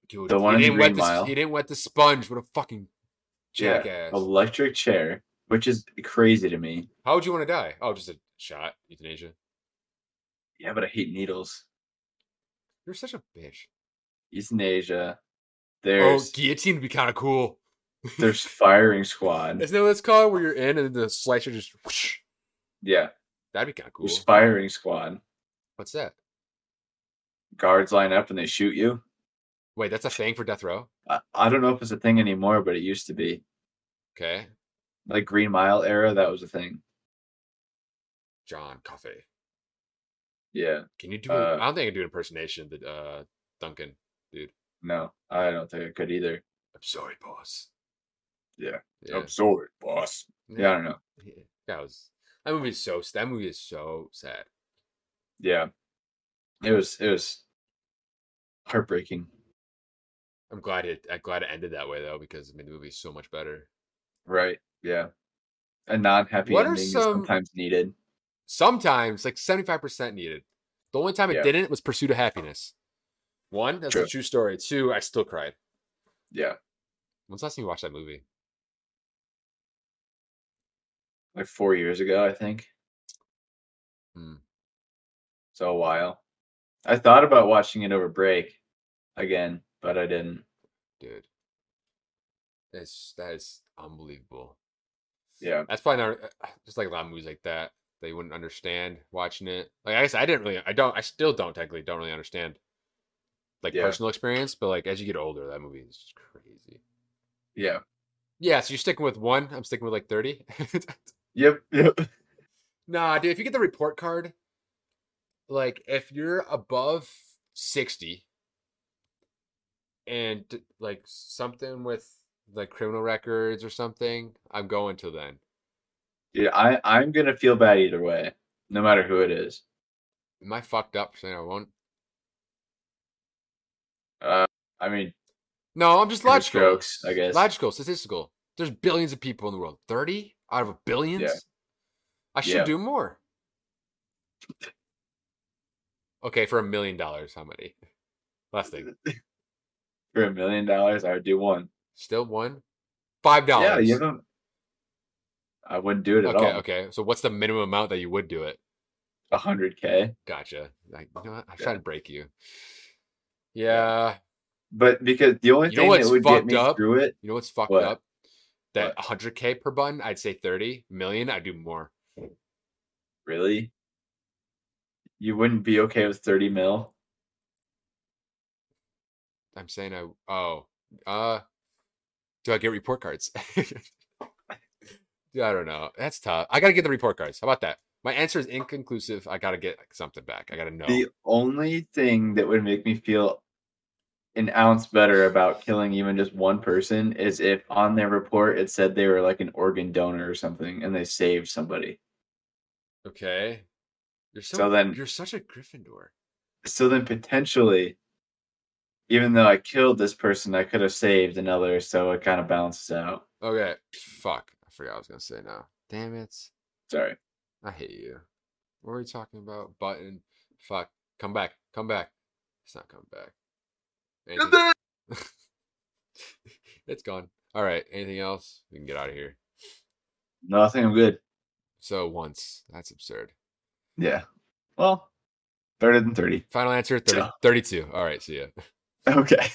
dude,
the one in
he
the
didn't wet
Green
the s-
Mile.
he didn't wet the sponge. What a fucking
Yeah,
jackass!
Electric chair, which is crazy to me.
How would you want to die? Oh, just a shot, euthanasia.
Yeah, but I hate needles.
You're such a bitch.
Euthanasia.
Oh,
There's
guillotine would be kind of cool.
there's firing squad.
Isn't that what it's called? Where you're in and the slicer just whoosh.
Yeah,
That'd be kind of cool.
there's firing squad.
What's that?
Guards line up and they shoot you.
Wait, that's a thing for death row.
I, I don't know if it's a thing anymore, but it used to be
Okay,
like Green Mile era. That was a thing.
John Coffey.
Yeah.
Can you do?
Uh,
I I don't think I can do an impersonation. That uh, Duncan.
No, I don't think I could either.
I'm sorry, boss.
Yeah,
Yeah.
sorry, boss. Yeah, I don't know.
yeah, That was that movie is so s- that movie is so sad.
Yeah, it was it was heartbreaking.
I'm glad it. I'm glad it ended that way though, because I mean the movie's so much better.
Right. Yeah. A non happy
What are
ending
some-
is sometimes needed.
Sometimes like 75 percent needed. The only time it
Yeah.
didn't was Pursuit of Happiness. One, that's a
True.
true story. Two, I still cried.
Yeah.
When's the last time you watched that movie?
Like four years ago, I think.
Hmm.
So a while. I thought about watching it over break again, but I didn't.
dude. That's that is unbelievable.
Yeah.
That's probably not uh, just like a lot of movies like that that you wouldn't understand watching it. Like I guess I didn't really, I don't, I still don't technically don't really understand like
Yeah.
personal experience, but like as you get older, that movie is just crazy.
Yeah.
Yeah, so you're sticking with one. I'm sticking with like thirty. [laughs]
Yep. [laughs] Yep.
nah, dude. If you get the report card, like if you're above sixty, and like something with like criminal records or something, I'm going to then.
Dude, I I'm gonna feel bad either way, no matter who it is.
Am I fucked up saying I won't?
Uh, I mean,
No, I'm just
Bigger
logical.
strokes, I guess.
Logical, statistical. There's billions of people in the world. 30 out of a billions? I should
Yeah.
do more. Okay, for a million dollars, how many? [laughs] Last thing.
for a million dollars, I would do one.
Still one? Five
Yeah,
dollars.
you haven't. I wouldn't do it at
okay,
all.
okay. So what's the minimum amount that you would do it?
A hundred k,
Gotcha. Like, you know what? I'm
Yeah.
trying to break you. Yeah.
but because the only
You know
thing
what's
that would get
fucked
me
up?
through it,
You know what's fucked
What?
up? That
What?
100K per button, I'd say 30 million. I'd do more.
really, you wouldn't be okay with thirty mil.
I'm saying I oh uh do I get report cards? [laughs] Dude, I don't know. That's tough. I gotta get the report cards. How about that? My answer is inconclusive. I gotta get something back. I gotta know.
The only thing that would make me feel an ounce better about killing even just one person is if on their report it said they were like an organ donor or something and they saved somebody.
okay. You're so,
So then-
you're such a Gryffindor.
So then potentially, even though I killed this person, I could have saved another. So it kind of balances out.
Okay. Fuck. I forgot what I was gonna say now. Damn it.
Sorry.
I hate you. What were we talking about? Button. Fuck. Come back. Come back. It's not coming back. Anything- [laughs] it's gone. All right. Anything else? We can get out of here.
No, I think I'm good.
So once. That's absurd.
Yeah. Well, better than 30.
Final answer 30,
Yeah.
32. All right. See ya.
[laughs] Okay.